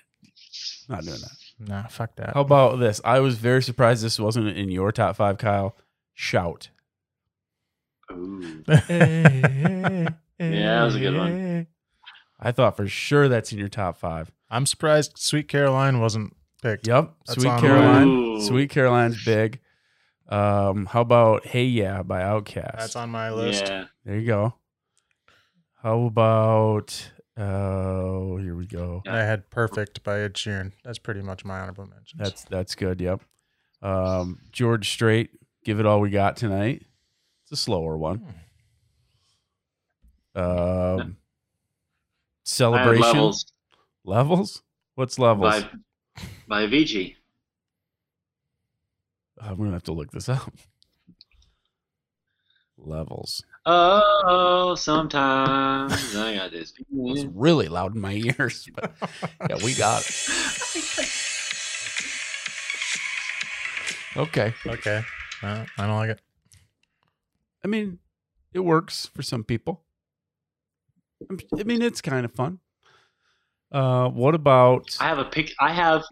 Not doing that. Nah, fuck that. How [LAUGHS] about this? I was very surprised this wasn't in your top five, Kyle. Shout. Ooh. Eh, yeah, that was a good one. I thought for sure that's in your top five. I'm surprised Sweet Caroline wasn't picked. Yep. That's Sweet on Caroline. Ooh. Sweet Caroline's big. Um, how about Hey Yeah by Outkast? That's on my list. Yeah. There you go. How about oh here we go. And I had Perfect by Ed Sheeran. That's pretty much my honorable mention. That's that's good. Yep. Um, George Strait, give it all we got tonight. It's a slower one. Um, I had celebration levels. levels What's levels? by by Avicii. Uh, I'm gonna have to look this up. Levels. Oh, sometimes I [LAUGHS] got this. It's feeling. really loud in my ears, but yeah, we got it. Okay. okay. Uh, I don't like it. I mean, it works for some people. I'm- I mean, it's kind of fun. Uh, what about? I have a pic. I have.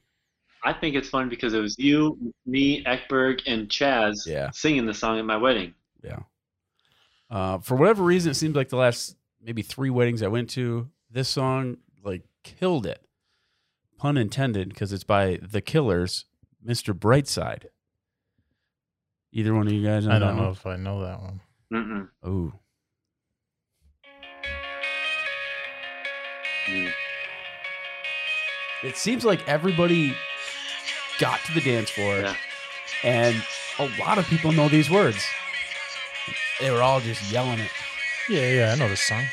I think it's fun because it was you, me, Ekberg, and Chaz Yeah. singing the song at my wedding. Uh, for whatever reason, it seems like the last maybe three weddings I went to, this song like killed it. Pun intended, because it's by The Killers, Mr. Brightside. Either one of you guys? I don't know if I know that one. Mm-mm. Oh, Mm. Hmm. it seems like everybody got to the dance floor, Yeah. and a lot of people know these words. They were all just yelling it. Yeah, yeah, I know this song.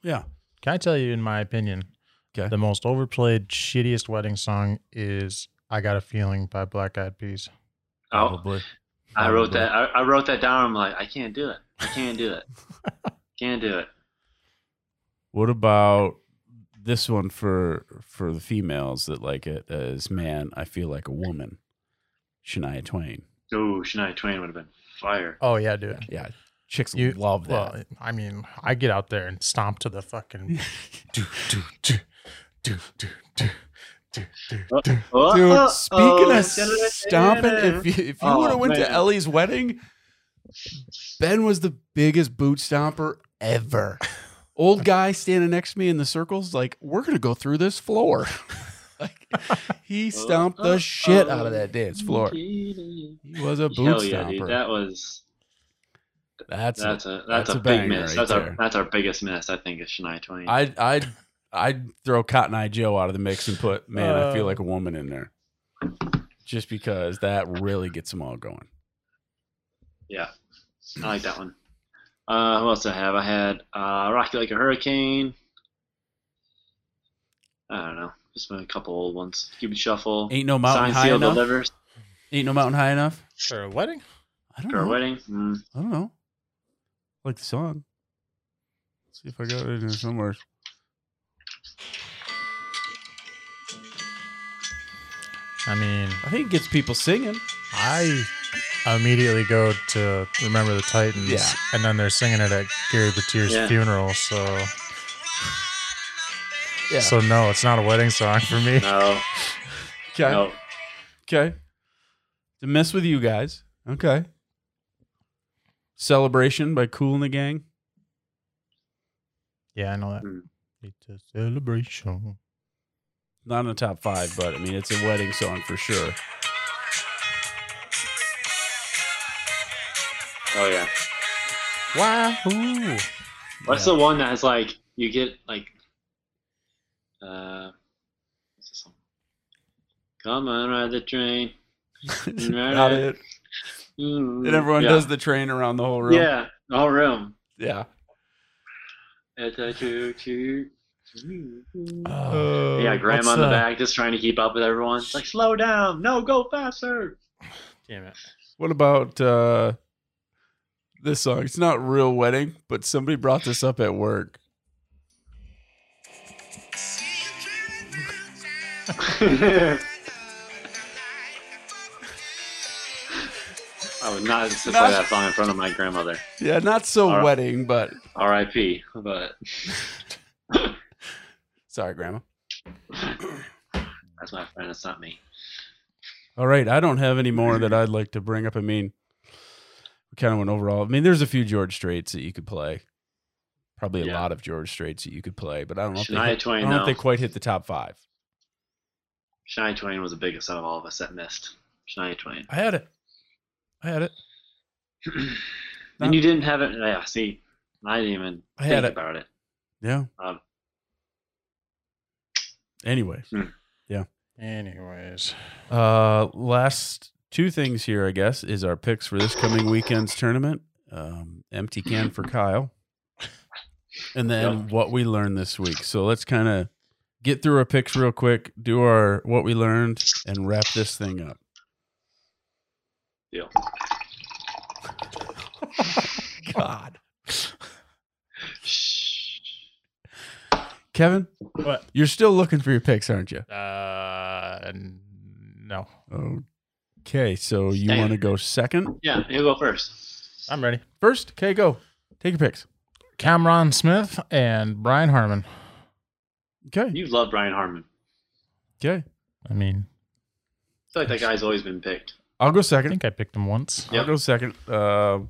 Yeah. Can I tell you, in my opinion, Okay. the most overplayed, shittiest wedding song is "I Got a Feeling" by Black Eyed Peas. Oh, Probably. I wrote Probably. that. I, I wrote that down. I'm like, I can't do it. I can't [LAUGHS] do it. can't do it. What about this one for for the females that like it as man, I feel like a woman. Shania Twain. Oh, Shania Twain would have been fire. Oh yeah, dude. Yeah. Chicks You- love that. Well, I mean, I get out there and stomp to the fucking. do, do, do, do, do, do, do, do. Oh, Dude, oh, speaking oh, of stomping, if you if you Oh, would have went to man. Ellie's wedding, Ben was the biggest boot stomper ever. [LAUGHS] Old guy standing next to me in the circles, like we're gonna go through this floor. [LAUGHS] like he stomped the oh, shit oh. out of that dance floor. Hell He was a boot yeah, stomper. dude. That was that's that's a that's that's, a a, big banger miss. right that's there. our that's our biggest miss. I think is Shania Twain. I'd I'd I'd throw Cotton Eye Joe out of the mix and put man, I feel Uh. like a woman in there. Just because that really gets them all going. Yeah, I like that one. Uh, who else I have? I had uh, Rocky Like a Hurricane. I don't know. Just a couple old ones. Cupid Shuffle. Ain't no mountain Sign high Seal enough. Delivers. Ain't no mountain high enough. For a wedding? I don't Or know. Wedding. Mm. I don't know. I like the song. Let's see if I got it in here somewhere. I mean, I think it gets people singing. I immediately go to remember the Titans, Yeah. and then they're singing it at Gary Batier's Yeah. funeral. So, Yeah. so no, it's not a wedding song for me. No, okay. no. Okay. To mess with you guys. Okay. Celebration by Cool and the Gang. Yeah, I know that. Mm. It's a celebration. Not in the top five, but I mean it's a wedding song for sure. Oh yeah. Wahoo! What's the one that has like you get like? Uh, what's this one? Come on, ride the train. [LAUGHS] Not it. Mm, And everyone yeah. does the train around the whole room. Yeah, the whole room. Yeah. It's a choo choo. Uh, Yeah, grandma what's in the the- back just trying to keep up with everyone. It's like, slow down. No, go faster. [LAUGHS] Damn it. What about uh, this song? It's not real wedding, but somebody brought this up at work. I would not have to play that song in front of my grandmother. Yeah, not so All right. wedding, but R.I.P. But sorry, grandma. that's my friend. It's not me. All right, I don't have any more that I'd like to bring up. I mean, we kind of went overall. I mean, there's a few George Straits that you could play. Probably a Yeah. lot of George Straits that you could play, but I don't know. If they, Shania hit, I Twain, don't know if though. they quite hit the top five. Shania Twain was the biggest out of all of us that missed. Shania Twain. I had it. I had it. and you didn't have it. Yeah, see, I didn't even I think had it. about it. Yeah. Um, Anyway, Anyways, uh, last two things here, I guess, is our picks for this coming weekend's tournament. Um, empty can for Kyle, and then what we learned this week. So let's kind of get through our picks real quick, do our what we learned, and wrap this thing up. Deal. God, Shh. Kevin, What? you're still looking for your picks, aren't you? uh, n- no, Okay, so you Damn. want to go second, Yeah, you go first. I'm ready. first? Okay, go. Take your picks. Cameron Smith and Brian Harmon. Okay. You love Brian Harmon. Okay. I mean, I feel like that guy's always been picked. I'll go I second. think I picked him once. Yep. I'll go second. Uh,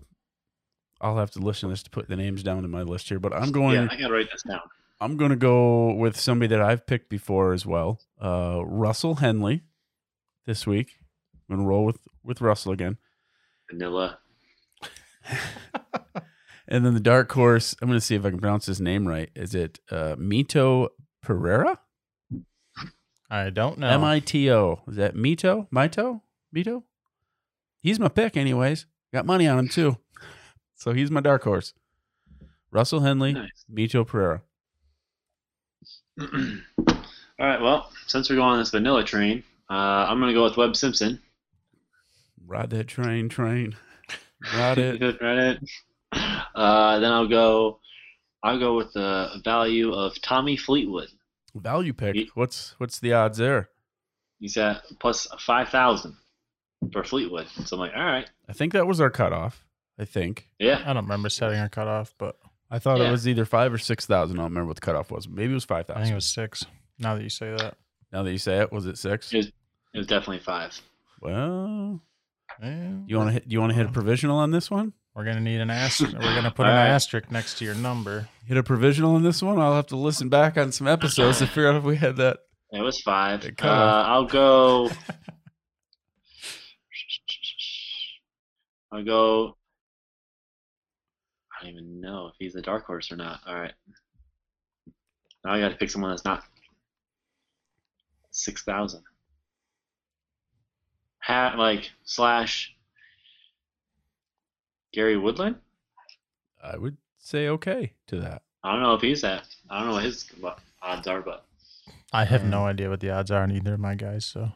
I'll have to listen to this to put the names down in my list here, but I'm going. Yeah, I gotta write this down. I'm going to go with somebody that I've picked before as well. Uh, Russell Henley this week. I'm going to roll with with Russell again, Vanilla. and then the dark horse. I'm going to see if I can pronounce his name right. Is it uh, Mito Pereira? I don't know. M I T O. Is that Mito? Mito? Mito? He's my pick, anyways. Got money on him [LAUGHS] too, so he's my dark horse. Russell Henley, Nice. [CLEARS THROAT] Mito Pereira. All right. Well, since we're going on this vanilla train, uh, I'm gonna go with Webb Simpson. Ride that train, train. Ride [LAUGHS] it. Reddit. Uh, then I'll go. I'll go with the value of Tommy Fleetwood. Value pick. Ye- What's what's the odds there? He's at plus five thousand for Fleetwood. So I'm like, all right, I think that was our cutoff. I think. yeah, I don't remember setting a cutoff, but I thought it Yeah. was either five or six thousand. I don't remember what the cutoff was. Maybe it was five I think it thousand. was six. Now that you say that, Now that you say it, was it six? Yeah. it was definitely five. Well, Eh, you want to hit? You want to hit a provisional on this one? we're gonna [LAUGHS] need an asterisk. We're gonna put All an right. asterisk next to your number. Hit a provisional on this one. I'll have to listen back on some episodes to figure out if we had that. It was five. Good Uh, call. I'll go. I'll go. I don't even know if he's a dark horse or not. All right. Now I got to pick someone that's not six thousand. Hat like slash Gary Woodland. I would say okay to that. I don't know if he's that. I don't know what his odds are, but I have no Mm. idea what the odds are on either of my guys. So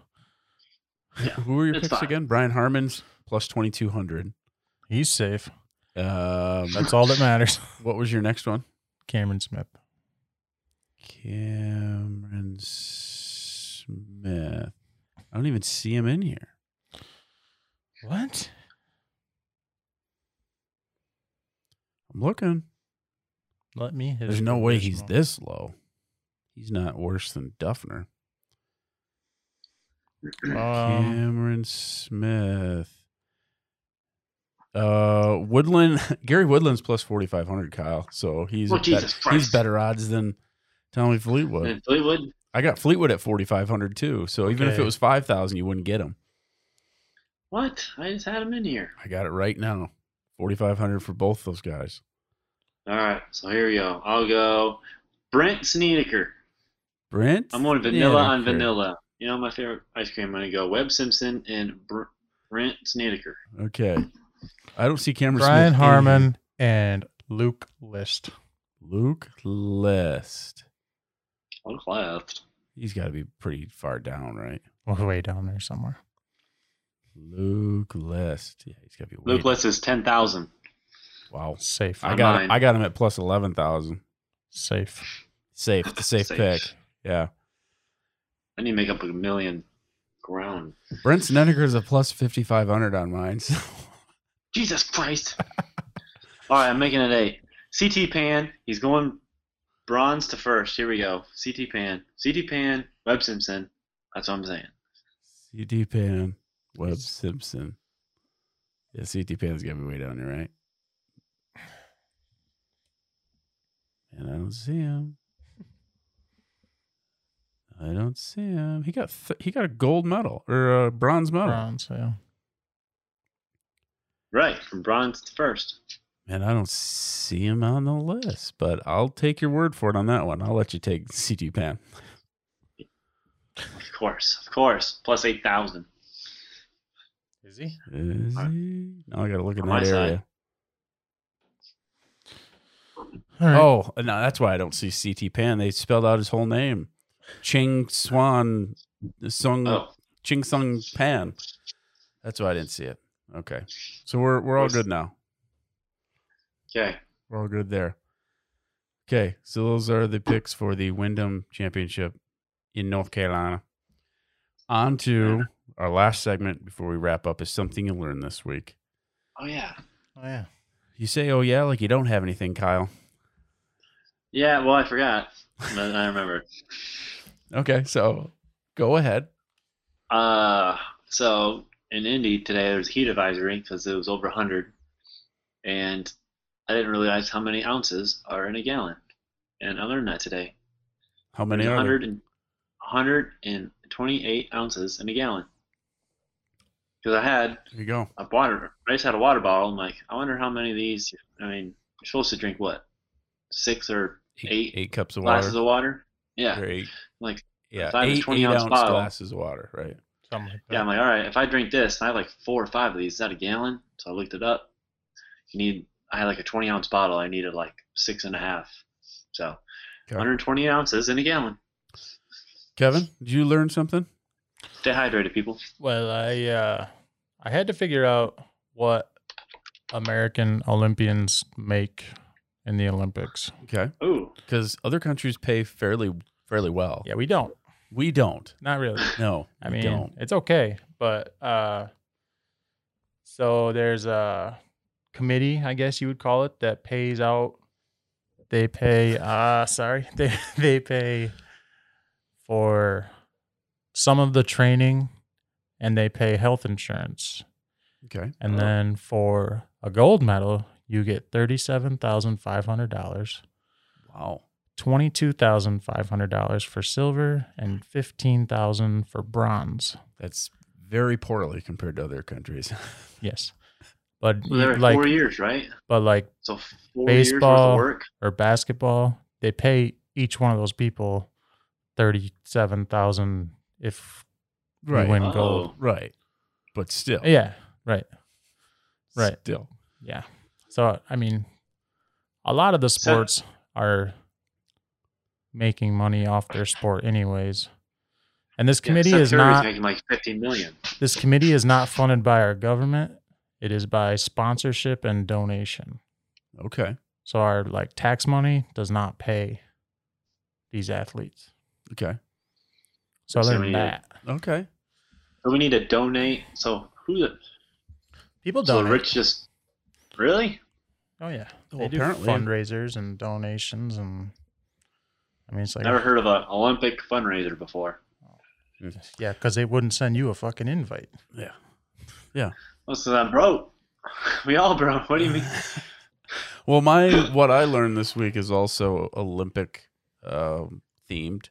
Who were your It's picks fine. again? Brian Harmon's plus twenty two hundred. he's safe. Um, That's all that matters. [LAUGHS] what was your next one? Cameron Smith. Cameron Smith. I don't even see him in here. What? I'm looking. Let me. Hit There's no way he's this low. He's not worse than Duffner. Um, Cameron Smith. Uh, Woodland. [LAUGHS] Gary Woodland's plus forty five hundred. Kyle. So he's Oh, bet- Jesus he's Christ. better odds than Tommy Fleetwood. And Fleetwood. I got Fleetwood at forty five hundred too. So even if it Okay. was five thousand, you wouldn't get him. What? I just had him in here. I got it right now. Forty five hundred for both those guys. All right, so here we go. I'll go Brent Snedeker. Brent. I'm going vanilla on Snedeker. vanilla. You know my favorite ice cream. I'm gonna go Webb Simpson and Br- Brent Snedeker. Okay. I don't see Cameron Brian Smith in here. Harmon and Luke List. Luke List. Look left. He's got to be pretty far down, right? We're way down there somewhere. Luke List. Yeah, he's got to be. way Luke List is ten thousand. down. Wow. Safe. I I'm got mine. I got him at plus eleven thousand. Safe. [LAUGHS] Safe. It's a safe, Safe. pick. Yeah. I need to make up a million ground. Brent Snedeker is a plus fifty five hundred on mine. [LAUGHS] So [LAUGHS] Jesus Christ. All right, I'm making it eight. CT Pan. He's going bronze to first. Here we go. CT Pan. CT Pan. Webb Simpson. That's what I'm saying. CD Pan, Webb Simpson. Yeah, CT Pan's gotta be way down there, right? And I don't see him. I don't see him. He got th- he got a gold medal or a bronze medal. Bronze, yeah. Right, from bronze to first. Man, I don't see him on the list, but I'll take your word for it on that one. I'll let you take CT Pan. Of course, of course. Plus 8,000. Is he? Is Alright. he? Now I gotta look in On that my side. area. All right. Oh, no, that's why I don't see CT Pan. They spelled out his whole name. Ching Swan Sung Oh, Ching Sung Pan. That's why I didn't see it. Okay. So we're we're all good now. okay. We're all good there. Okay. So those are the picks for the Wyndham Championship in North Carolina. On to our last segment before we wrap up is something you learned this week. Oh, yeah. Oh yeah. You say, oh, yeah, like you don't have anything, Kyle. Yeah, well, I forgot. But I remember. [LAUGHS] Okay. So go ahead. Uh, so in Indy today, there was a heat advisory because it was over 100, and I didn't realize how many ounces are in a gallon. And I learned that today. How many There's are there? 100 and, 128 ounces in a gallon. Because I had There you go. a water, I just had a water bottle. I'm like, I wonder how many of these. I mean, you're supposed to drink what, six or Eight, Eight eight cups of water. glasses of water? Yeah. Or eight- Like, yeah, Five to eight, 20 eight ounce ounce bottle. glasses of water, right? Something like that. Yeah, I'm like, all right, if I drink this, and I have like four or five of these. Is that a gallon? So I looked it up. You need, I had like a 20 ounce bottle. I needed like six and a half. So Okay. 120 ounces in a gallon. Kevin, did you learn something? Stay hydrated, people. Well, I uh, I had to figure out what American Olympians make in the Olympics. Okay. Ooh, Because other countries pay fairly fairly well. Yeah, we don't. We don't. Not really. No. [LAUGHS] I we mean, don't. it's okay, but uh, so there's a committee, I guess you would call it, that pays out. They pay. Uh, sorry, [LAUGHS] they they pay for some of the training, and they pay health insurance. Okay. And Oh. then for a gold medal, you get thirty-seven thousand five hundred dollars, Wow. twenty-two thousand five hundred dollars for silver, and fifteen thousand for bronze. That's very poorly compared to other countries. [LAUGHS] Yes, but well, there you- are like, four years, right? but like So four years worth Baseball. of work. or basketball, they pay each one of those people thirty-seven thousand if you right. win Oh. gold. Right. But still. Yeah, right, right. Still. yeah. So I mean, a lot of the So- sports are making money off their sport, anyways. And this Yeah, committee Steph is Curry's not making like 50 million. this committee is not funded by our government. It is by sponsorship and donation. Okay. So our like tax money does not pay these athletes. Okay. So other So than we- that, Okay. So we need to donate. So who the people so donate. the rich just really? oh yeah, Well, they do apparently- fundraisers and donations, and I mean it's like Never heard of an Olympic fundraiser before. yeah, because they wouldn't send you a fucking invite. Yeah. Most of them broke. [LAUGHS] We all broke. What do you [SIGHS] mean? Well, my what I learned this week is also Olympic um, themed.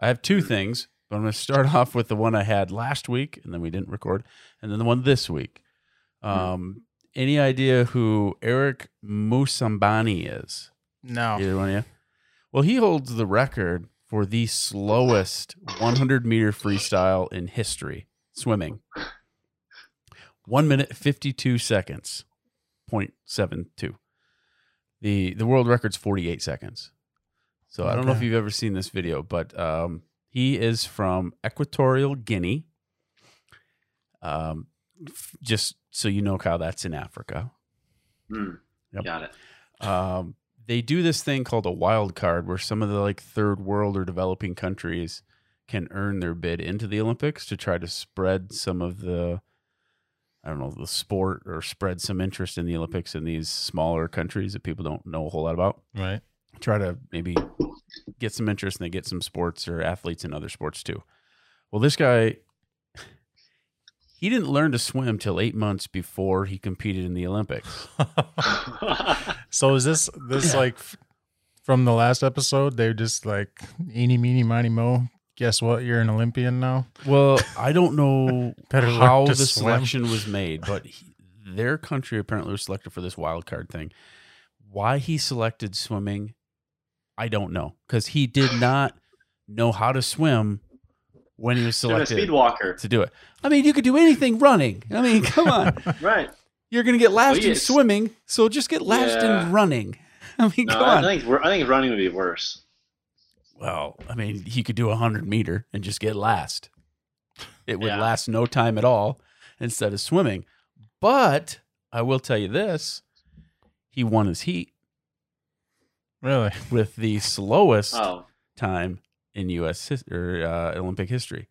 I have two things, but I'm going to start [LAUGHS] off with the one I had last week, and then we didn't record, and then the one this week. Um, any idea who Eric Musambani is? No, Either one of you? Well, he holds the record for the slowest 100 meter freestyle in history, swimming. One minute 52 seconds, 0.72. The, the world record's 48 seconds. So I don't know if Okay. you've ever seen this video, but um, he is from Equatorial Guinea. Um, f- just so you know, Kyle, that's in Africa. Hmm. Yep. Got it. Um, they do this thing called a wild card where some of the like third world or developing countries can earn their bid into the Olympics to try to spread some of the I don't know, the sport or spread some interest in the Olympics in these smaller countries that people don't know a whole lot about. right? Try to maybe get some interest and they get some sports or athletes in other sports too. Well, this guy He didn't learn to swim till eight months before he competed in the Olympics. [LAUGHS] [LAUGHS] so is this this like f- from the last episode? They were just like eeny meeny miny mo. Guess what? You're an Olympian now. Well, [LAUGHS] I don't know [LAUGHS] Better learn how to the swim. selection was made, but he, their country apparently was selected for this wild card thing. Why he selected swimming, I don't know, because he did not know how to swim when he was Doing a selected speed walker. to do it. I mean, you could do anything running. I mean, come [LAUGHS] on. [LAUGHS] Right. You're going to get lashed Well, in yes. swimming, so just get lashed Yeah. in running. [LAUGHS] I mean, No, come I on. think we're- I think running would be worse. well, I mean, he could do a 100 meter and just get last. It would Yeah. last no time at all instead of swimming. But I will tell you this he won his heat Really? with the slowest Oh, time in U.S. his- or uh, Olympic history.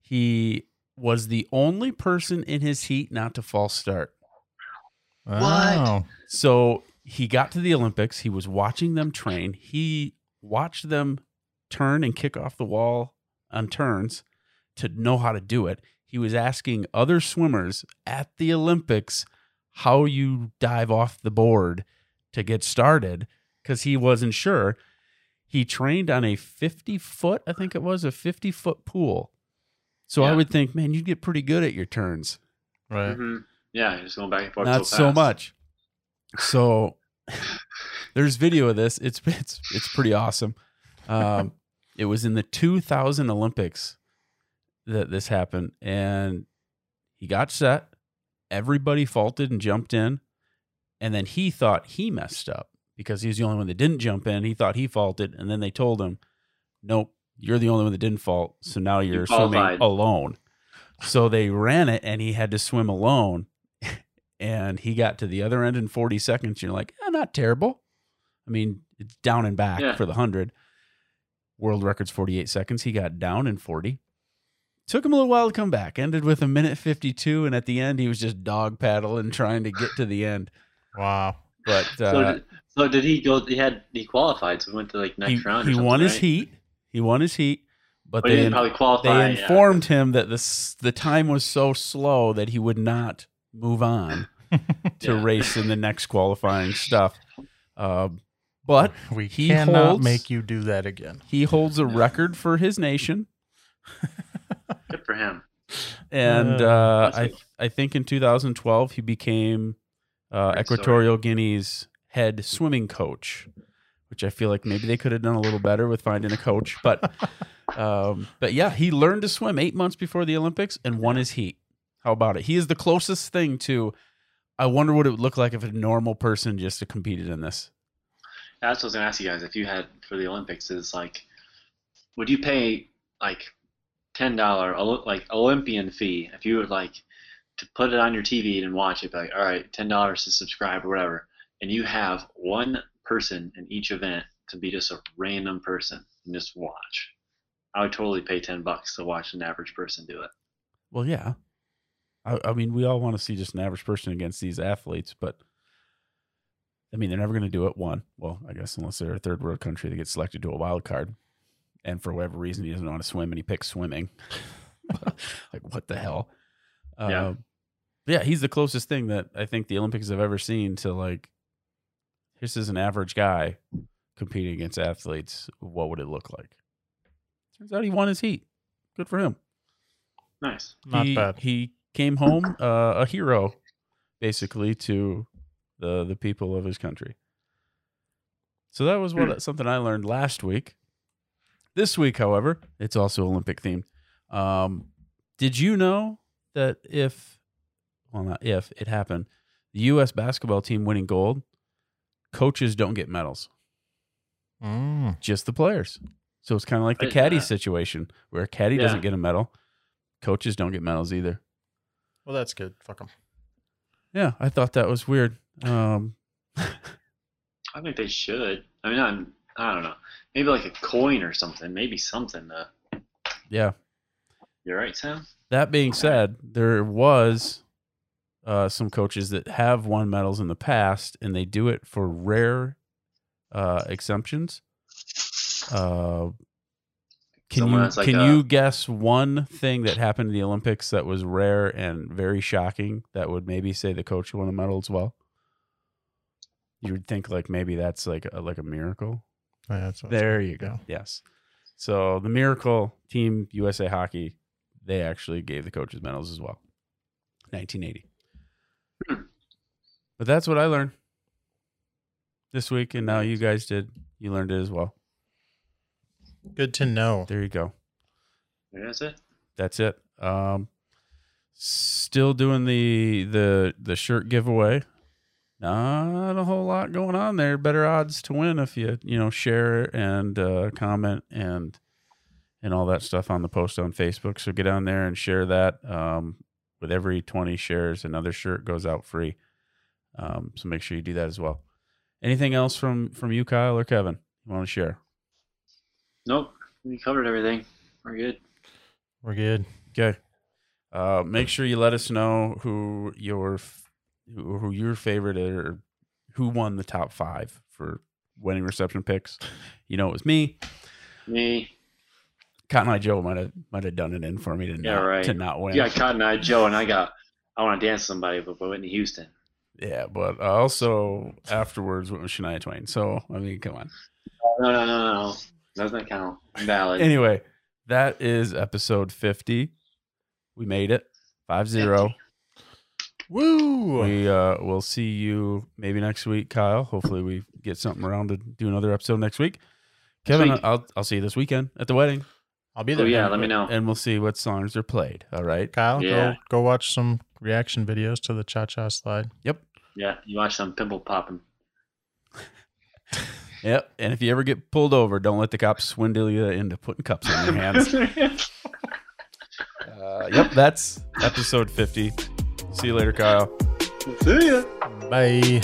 He was the only person in his heat not to false start. What? So he got to the Olympics. He was watching them train. He watched them turn and kick off the wall on turns to know how to do it. He was asking other swimmers at the Olympics how you dive off the board to get started because he wasn't sure. He trained on a 50 foot, I think it was a 50 foot pool. So I Yeah. would think, man, you'd get pretty good at your turns Right. hmm yeah, just going back and forth. not so fast. much. [LAUGHS] So there's video of this. It's it's it's pretty awesome. Um, it was in the 2000 Olympics that this happened, and he got set. Everybody faulted and jumped in, and then he thought he messed up because he was the only one that didn't jump in. He thought he faulted, and then they told him, "Nope, you're the only one that didn't fault. So now you're swimming qualified." alone." So they ran it, and he had to swim alone. And he got to the other end in 40 seconds. You're like, eh, not terrible. I mean, it's down and back Yeah. for the 100. World records 48 seconds. He got down in 40. Took him a little while to come back. Ended with a minute 52. And at the end, he was just dog paddling, [LAUGHS] trying to get to the end. Wow. But uh, So, did, so did he go? He had he qualified, so he went to like next he, round. Or he something, won his right? heat. He won his heat. But But he they, didn't probably they qualify. yeah. informed him that the s- the time was so slow that he would not move on to Yeah. race in the next qualifying stuff. Um, but We He cannot holds- make you do that again. he holds a record for his nation, Good for him. and Uh, uh, that's I good. I think in 2012 he became uh, Great story. Equatorial Guinea's head swimming coach, which I feel like maybe they could have done a little better with finding a coach. But um, but yeah, he learned to swim eight months before the Olympics and won his heat. How about it? He is the closest thing to. I wonder what it would look like if a normal person just competed in this. That's what I was gonna ask you guys. If you had for the Olympics, is like, would you pay like ten dollar like Olympian fee if you would like to put it on your TV and watch it? Be like, all right, ten dollars to subscribe or whatever, and you have one person in each event to be just a random person and just watch. I would totally pay ten bucks to watch an average person do it. Well, yeah. I, I mean, we all want to see just an average person against these athletes, but I mean, they're never going to do it. One, well, I guess unless they're a third world country that gets selected to a wild card, and for whatever reason he doesn't want to swim and he picks swimming. like what the hell? Yeah. Um, yeah, he's the closest thing that I think the Olympics have ever seen to like. This is an average guy competing against athletes. What would it look like? Turns out he won his heat. Good for him Nice. Not he, bad. He came home uh, a hero, basically to the the people of his country. So that was what Hmm. something I learned last week. This week, however, it's also Olympic themed. Um, did you know that if, well, not if it happened, the U.S. basketball team winning gold, coaches don't get medals, Mm. just the players. So it's kind of like the Right, yeah. caddy situation where a caddy Yeah. doesn't get a medal, coaches don't get medals either. Well, that's good. Fuck them. Yeah, I thought that was weird. Um, I think they should. I mean, I'm. I don't know. Maybe like a coin or something. Maybe something. Uh, yeah. you're right, Sam. That being said, there was uh, some coaches that have won medals in the past, and they do it for rare uh, exemptions. Uh, Can Someone you that's like can a- you guess one thing that happened in the Olympics that was rare and very shocking that would maybe say the coach won a medal as well? You would think like maybe that's like a, like a miracle. Yeah, that's what- There you go. Yeah. Yes. So the miracle team USA hockey, they actually gave the coaches medals as well. 1980. But that's what I learned this week, and now you guys did. You learned it as well. Good to know. There you go. There is it. That's it. Um, still doing the the the shirt giveaway. Not a whole lot going on there. Better odds to win if you you know share and uh, comment and and all that stuff on the post on Facebook. So get on there and share that. Um, with every twenty shares, another shirt goes out free. Um, so make sure you do that as well. Anything else from from you, Kyle or Kevin? You want to share? Nope. We covered everything. We're good. We're good. Okay. Uh, make sure you let us know who your f- who who your favorite or who won the top five for winning reception picks. You know, it was me. Me. Cotton Eye Joe might have might have done it in for me to Yeah, not right. to not win. You got Cotton Eye Joe, and I got I want to dance with somebody, but but Whitney Houston. Yeah, but I also afterwards went with Shania Twain. So I mean, come on. No, no, no, no. Doesn't count. Valid. Anyway, that is episode fifty. We made it five zero. Woo! We uh, we'll see you maybe next week, Kyle. Hopefully, we get something around to do another episode next week. Kevin, Sweet. I'll I'll see you this weekend at the wedding, I'll be oh there. yeah, let me know. and we'll see what songs are played. All right. Kyle, Yeah. go go watch some reaction videos to the cha cha slide. Yeah, you watch some pimple popping. Yep. And if you ever get pulled over, don't let the cops swindle you into putting cups on your hands. uh, yep. That's episode fifty. See you later, Kyle. See ya. Bye.